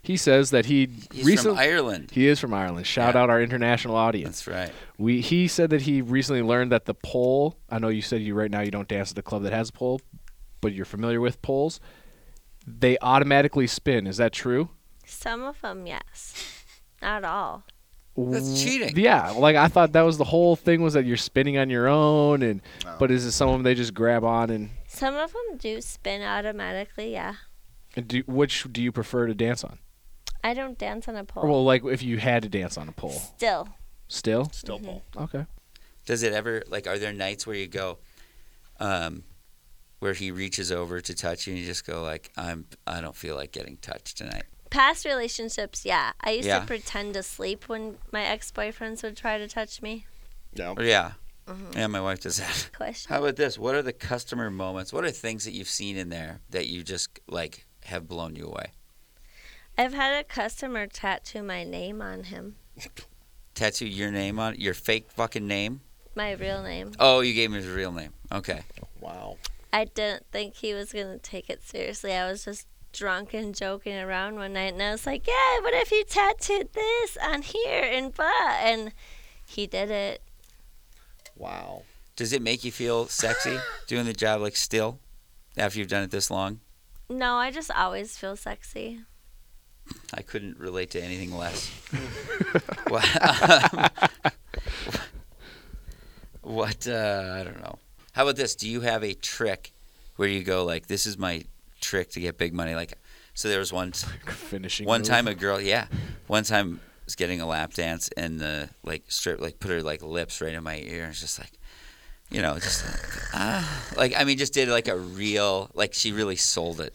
G: He says that he
C: he's
G: recently
C: from Ireland.
G: he is from Ireland. Shout
C: Yeah.
G: out our international audience.
C: That's right.
G: We he said that he recently learned that the pole. I know you said you right now you don't dance at the club that has a pole, but you're familiar with poles. They automatically spin. Is that true?
E: Some of them, yes. Not all.
C: That's cheating.
G: Yeah, like I thought that was the whole thing was that you're spinning on your own, and but is it some of them they just grab on and,
E: Some of them do spin automatically, yeah.
G: and do, which do you prefer to dance on?
E: I don't dance on a pole.
G: Or well, like if you had to dance on a pole,
E: Still.
G: still
F: Still
E: Mm-hmm.
F: pole.
G: okay.
C: Does it ever like? Are there nights where you go, um, where he reaches over to touch you and you just go like, I'm I don't feel like getting touched tonight.
E: Past relationships, yeah. I used
C: Yeah.
E: to pretend to sleep when my ex boyfriends would try to touch me.
F: No.
C: Or, yeah, yeah. My wife does that.
E: Question.
C: How about this? What are the customer moments? What are things that you've seen in there that you just like have blown you away?
E: I've had a customer tattoo my name on him,
C: Tattoo your name on your fake fucking name.
E: my real name.
C: Oh, you gave him his real name. Okay.
F: Wow.
E: I didn't think he was gonna take it seriously. I was just drunk and joking around one night, and I was like, "Yeah, what if you tattooed this on here and blah?" And he did it.
F: Wow.
C: Does it make you feel sexy doing the job like still after you've done it this long?
E: No, I just always feel sexy.
C: I couldn't relate to anything less. what? what uh, I don't know. How about this? Do you have a trick where you go like, "This is my trick to get big money"? Like, so there was one
G: Finishing
C: one
G: move.
C: time a girl, yeah, one time was getting a lap dance and the like strip like put her like lips right in my ear and it's just like you know just like, ah like I mean just did like a real like she really sold it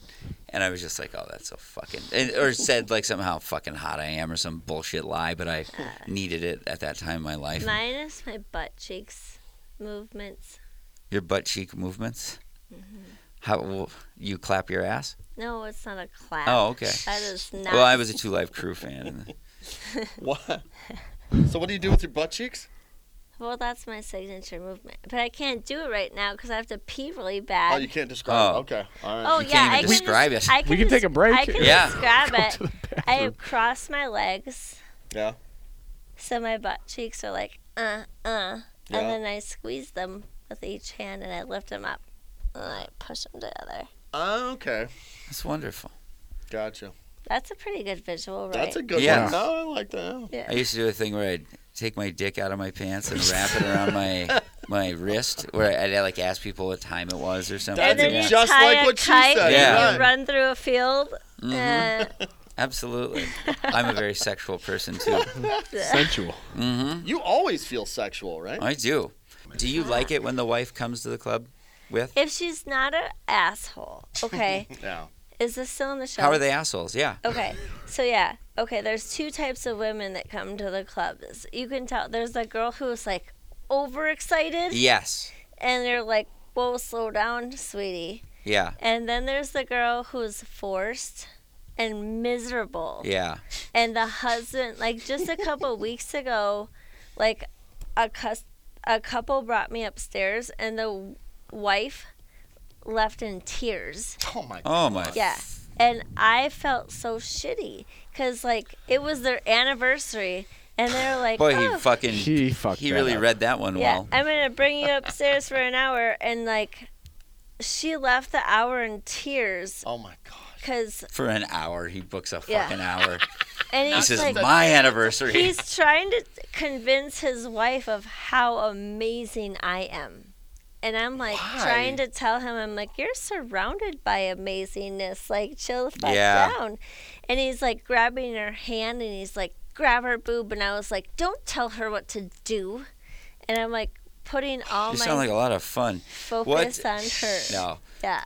C: and I was just like oh that's so fucking and, or said like somehow fucking hot I am or some bullshit lie but I needed it at that time in my life
E: Minus my butt cheeks movements.
C: your butt cheek movements how well, you clap your ass
E: No, it's not a clap.
C: oh okay
E: That is not.
C: well I was a Two Live Crew fan and
F: What? So what do you do with your butt cheeks?
E: Well, that's my signature movement, but I can't do it right now because I have to pee really bad.
F: Oh, you can't describe.
C: Oh.
F: it. Okay, all right.
E: Oh,
C: you
E: yeah,
C: can't
E: I
C: even
E: can
C: describe
E: just-
C: it.
E: I can
G: We can take
E: des-
G: a break.
E: I can
C: Yeah.
E: describe
G: Go
E: it.
G: to the
E: I
G: bathroom.
E: have crossed my legs,
F: Yeah.
E: so my butt cheeks are like uh uh,
F: Yeah.
E: and then I squeeze them with each hand and I lift them up and I push them together.
F: Oh, okay.
C: that's wonderful
F: Gotcha.
E: That's a pretty good visual, right?
F: That's a good
C: Yeah.
F: one. No, I like that.
E: yeah.
C: I used to do a thing where I'd take my dick out of my pants and wrap it around my my wrist, where I'd like ask people what time it was or something.
E: and
F: That's
E: then
C: yeah.
E: you
F: just
E: tie
F: like
E: a
F: what she
E: kite
F: said,
C: Yeah. Mm-hmm.
E: and you run through a field. Uh, and-
C: Absolutely, I'm a very sexual person too.
G: Sensual.
C: hmm
F: You always feel sexual, right?
C: I do. Do you like it when the wife comes to the club with?
E: if she's not an asshole, okay,
F: Yeah.
E: is this still in the show?
C: How are they assholes? Yeah.
E: Okay, so yeah, okay. There's two types of women that come to the clubs. You can tell. There's that girl who is like overexcited,
C: Yes.
E: and they're like, "Whoa, slow down, sweetie."
C: Yeah.
E: And then there's the girl who's forced and miserable,
C: Yeah.
E: and the husband. Like just a couple weeks ago, like a cus- a couple brought me upstairs, and the w- wife left in tears.
F: Oh my.
C: Oh my.
E: Yeah. And I felt so shitty because, like, it was their anniversary, and they were like,
C: Boy,
E: oh,
C: he fucking
G: He fucked
C: he
G: that
C: really
G: up.
C: read that one
E: yeah,
C: well.
E: I'm going to bring you upstairs for an hour. And, like, she left the hour in tears
F: Oh my God.
E: because,
C: For an hour, he books a
E: Yeah.
C: fucking hour.
E: and
C: This
E: he's
C: is
E: like,
C: my anniversary.
E: he's trying to convince his wife of how amazing I am. And I'm like trying to tell him, I'm like, you're surrounded by amazingness. Like, chill the fuck
C: Yeah.
E: down. And he's like grabbing her hand and he's like, grab her boob. And I was like, don't tell her what to do. And I'm like, putting all
C: You
E: my
C: sound like a lot of fun.
E: focus on her.
C: No.
E: Yeah.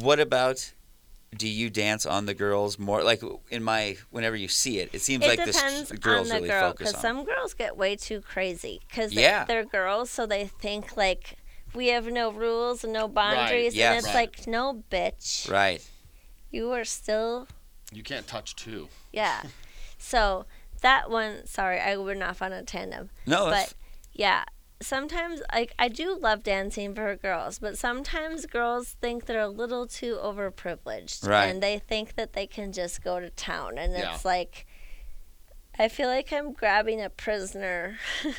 C: what about do you dance on the girls more like in my whenever you see it it seems
E: It
C: like this
E: depends
C: the
E: on
C: girls
E: the
C: really
E: girl
C: focus
E: because
C: on
E: some girls get way too crazy because they,
C: Yeah.
E: are girls, so they think like we have no rules and no boundaries,
C: yes.
E: and it's
C: Right.
E: like no, bitch,
C: right
E: you are still
F: You can't touch two.
E: yeah. so that one, sorry, I went off on a tandem,
C: no
E: but
C: Oh, that's
E: yeah. Sometimes, like I do love dancing for girls, but sometimes girls think they're a little too overprivileged,
C: Right.
E: and they think that they can just go to town, and
F: Yeah.
E: it's like, I feel like I'm grabbing a prisoner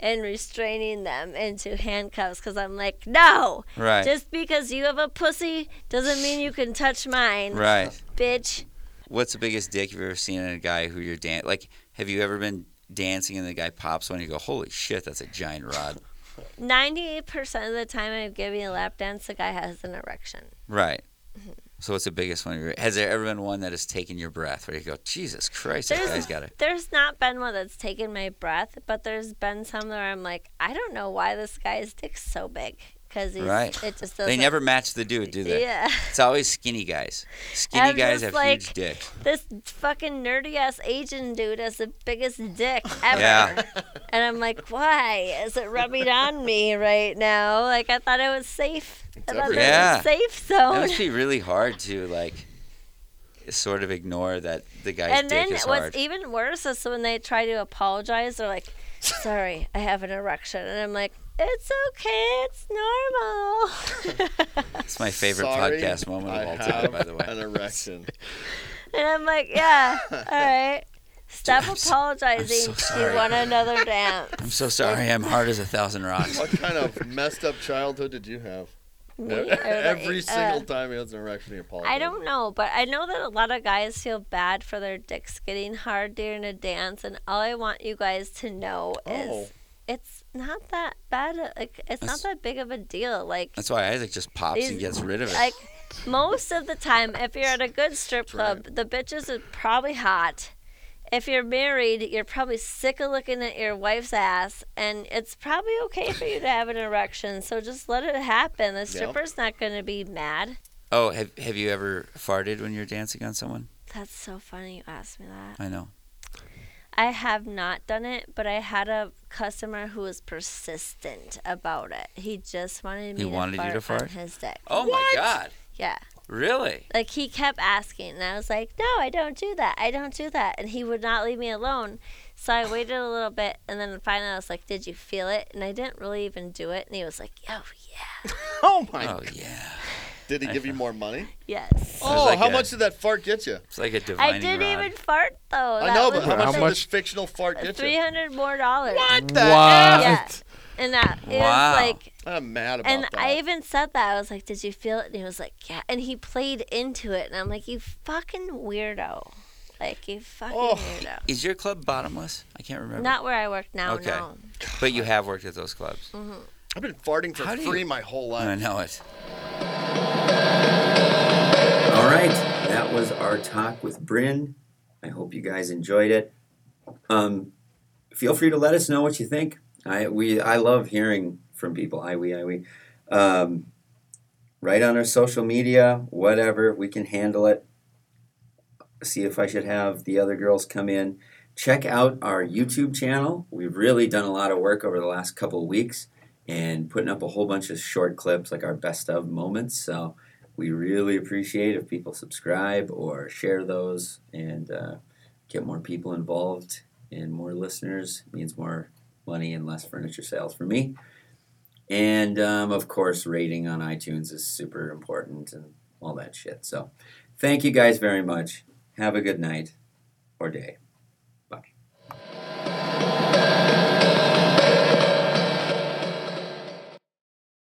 E: and restraining them into handcuffs because I'm like, no,
C: right
E: just because you have a pussy doesn't mean you can touch mine,
C: right
E: bitch.
C: what's the biggest dick you've ever seen in a guy who you're dan like have you ever been dancing and the guy pops one and you go holy shit that's a giant rod
E: Ninety-eight percent of the time I'm giving a lap dance, the guy has an erection.
C: right so what's the biggest one you've- has there ever been one that has taken your breath where you go jesus christ this
E: There's-
C: guy's got a
E: There's not been one that's taken my breath, but there's been some where I'm like, I don't know why this guy's dick's so big because he's
C: Right.
E: it just doesn't.
C: they never match the dude do they
E: Yeah,
C: it's always skinny guys skinny
E: I'm
C: guys
E: just
C: have
E: like-
C: huge dicks
E: this fucking nerdy ass Asian dude has the biggest dick ever,
C: Yeah.
E: and I'm like, why is it rubbing on me right now? Like I thought I was safe. I thought
F: everywhere.
E: that
C: Yeah.
E: was a safe
C: It
E: zone.
C: must be really hard to like sort of ignore that the guy's
E: And
C: dick
E: then e
C: is
E: what's
C: hard.
E: even worse is when they try to apologize, they're like, "Sorry, I have an erection," and I'm like, "It's okay, it's normal."
C: It's my favorite
F: Sorry,
C: podcast moment
F: I
C: of all time,
F: have
C: by the way.
F: An erection.
E: and I'm like, "Yeah, all right, stop
C: Dude, I'm so-
E: apologizing
C: I'm so sorry.
E: to one another dance."
C: I'm so sorry. I'm hard as a thousand rocks.
F: What kind of messed up childhood did you have?
E: Me, or, like,
F: Every single
E: uh,
F: time he has an erection, he apologizes.
E: I don't know, but I know that a lot of guys feel bad for their dicks getting hard during a dance, and all I want you guys to know
F: Oh.
E: is it's not that bad. Like, it's
C: That's-
E: not that big of a deal. Like.
C: That's why Isaac just pops and
E: These-
C: gets rid of it.
E: like most of the time if you're at a good strip club the bitches are probably hot if you're married, you're probably sick of looking at your wife's ass, and it's probably okay for you to have an erection. So just let it happen. The stripper's not going to be mad.
C: Oh, have have you ever farted when you're dancing on someone?
E: That's so funny you asked me that.
C: I know.
E: I have not done it, but I had a customer who was persistent about it. He just wanted me
C: He
E: to,
C: wanted you
E: fart
C: to
E: on
C: fart?
E: his dick.
C: Oh my god.
E: Yeah.
C: Really?
E: Like he kept asking, and I was like, "No, I don't do that. I don't do that." And he would not leave me alone. So I waited a little bit, and then finally I was like, "Did you feel it?" And I didn't really even do it. And he was like, "Oh yeah,
F: Oh my!
C: Oh yeah.
F: Did he give you more money?
E: yes."
F: Oh,
C: like
F: how
C: a-
F: much did that fart get you?
C: It's like a divining
E: I didn't
C: rod.
E: even fart though.
F: I know,
E: That
F: but
E: was
F: how much,
G: much-
F: did this fictional fart get
E: Three
F: you?
E: hundred more dollars. What?
G: What?
E: Yeah. And that it
C: Wow.
E: was like
F: I'm mad about
E: And
F: that.
E: I even said that. I was like, Did you feel it? And he was like, Yeah. And he played into it. And I'm like, You fucking weirdo. Like, you fucking
F: Oh.
E: weirdo.
C: Is your club bottomless? I can't remember.
E: Not where I work now,
C: Okay.
E: no.
C: But you have worked at those clubs.
E: Mm-hmm.
F: I've been farting for
C: How do you-
F: free my whole
C: I
F: life.
C: know it.
D: All right, that was our talk with Bryn. I hope you guys enjoyed it. Um, feel free to let us know what you think. I we I love hearing from people. I we I we. Um, right on our social media, whatever we can handle it. See if I should have the other girls come in. Check out our YouTube channel. We've really done a lot of work over the last couple of weeks and putting up a whole bunch of short clips, like our best of moments. So we really appreciate if people subscribe or share those and uh, get more people involved and more listeners means more money and less furniture sales for me and um, of course rating on itunes is super important and all that shit so thank you guys very much have a good night or day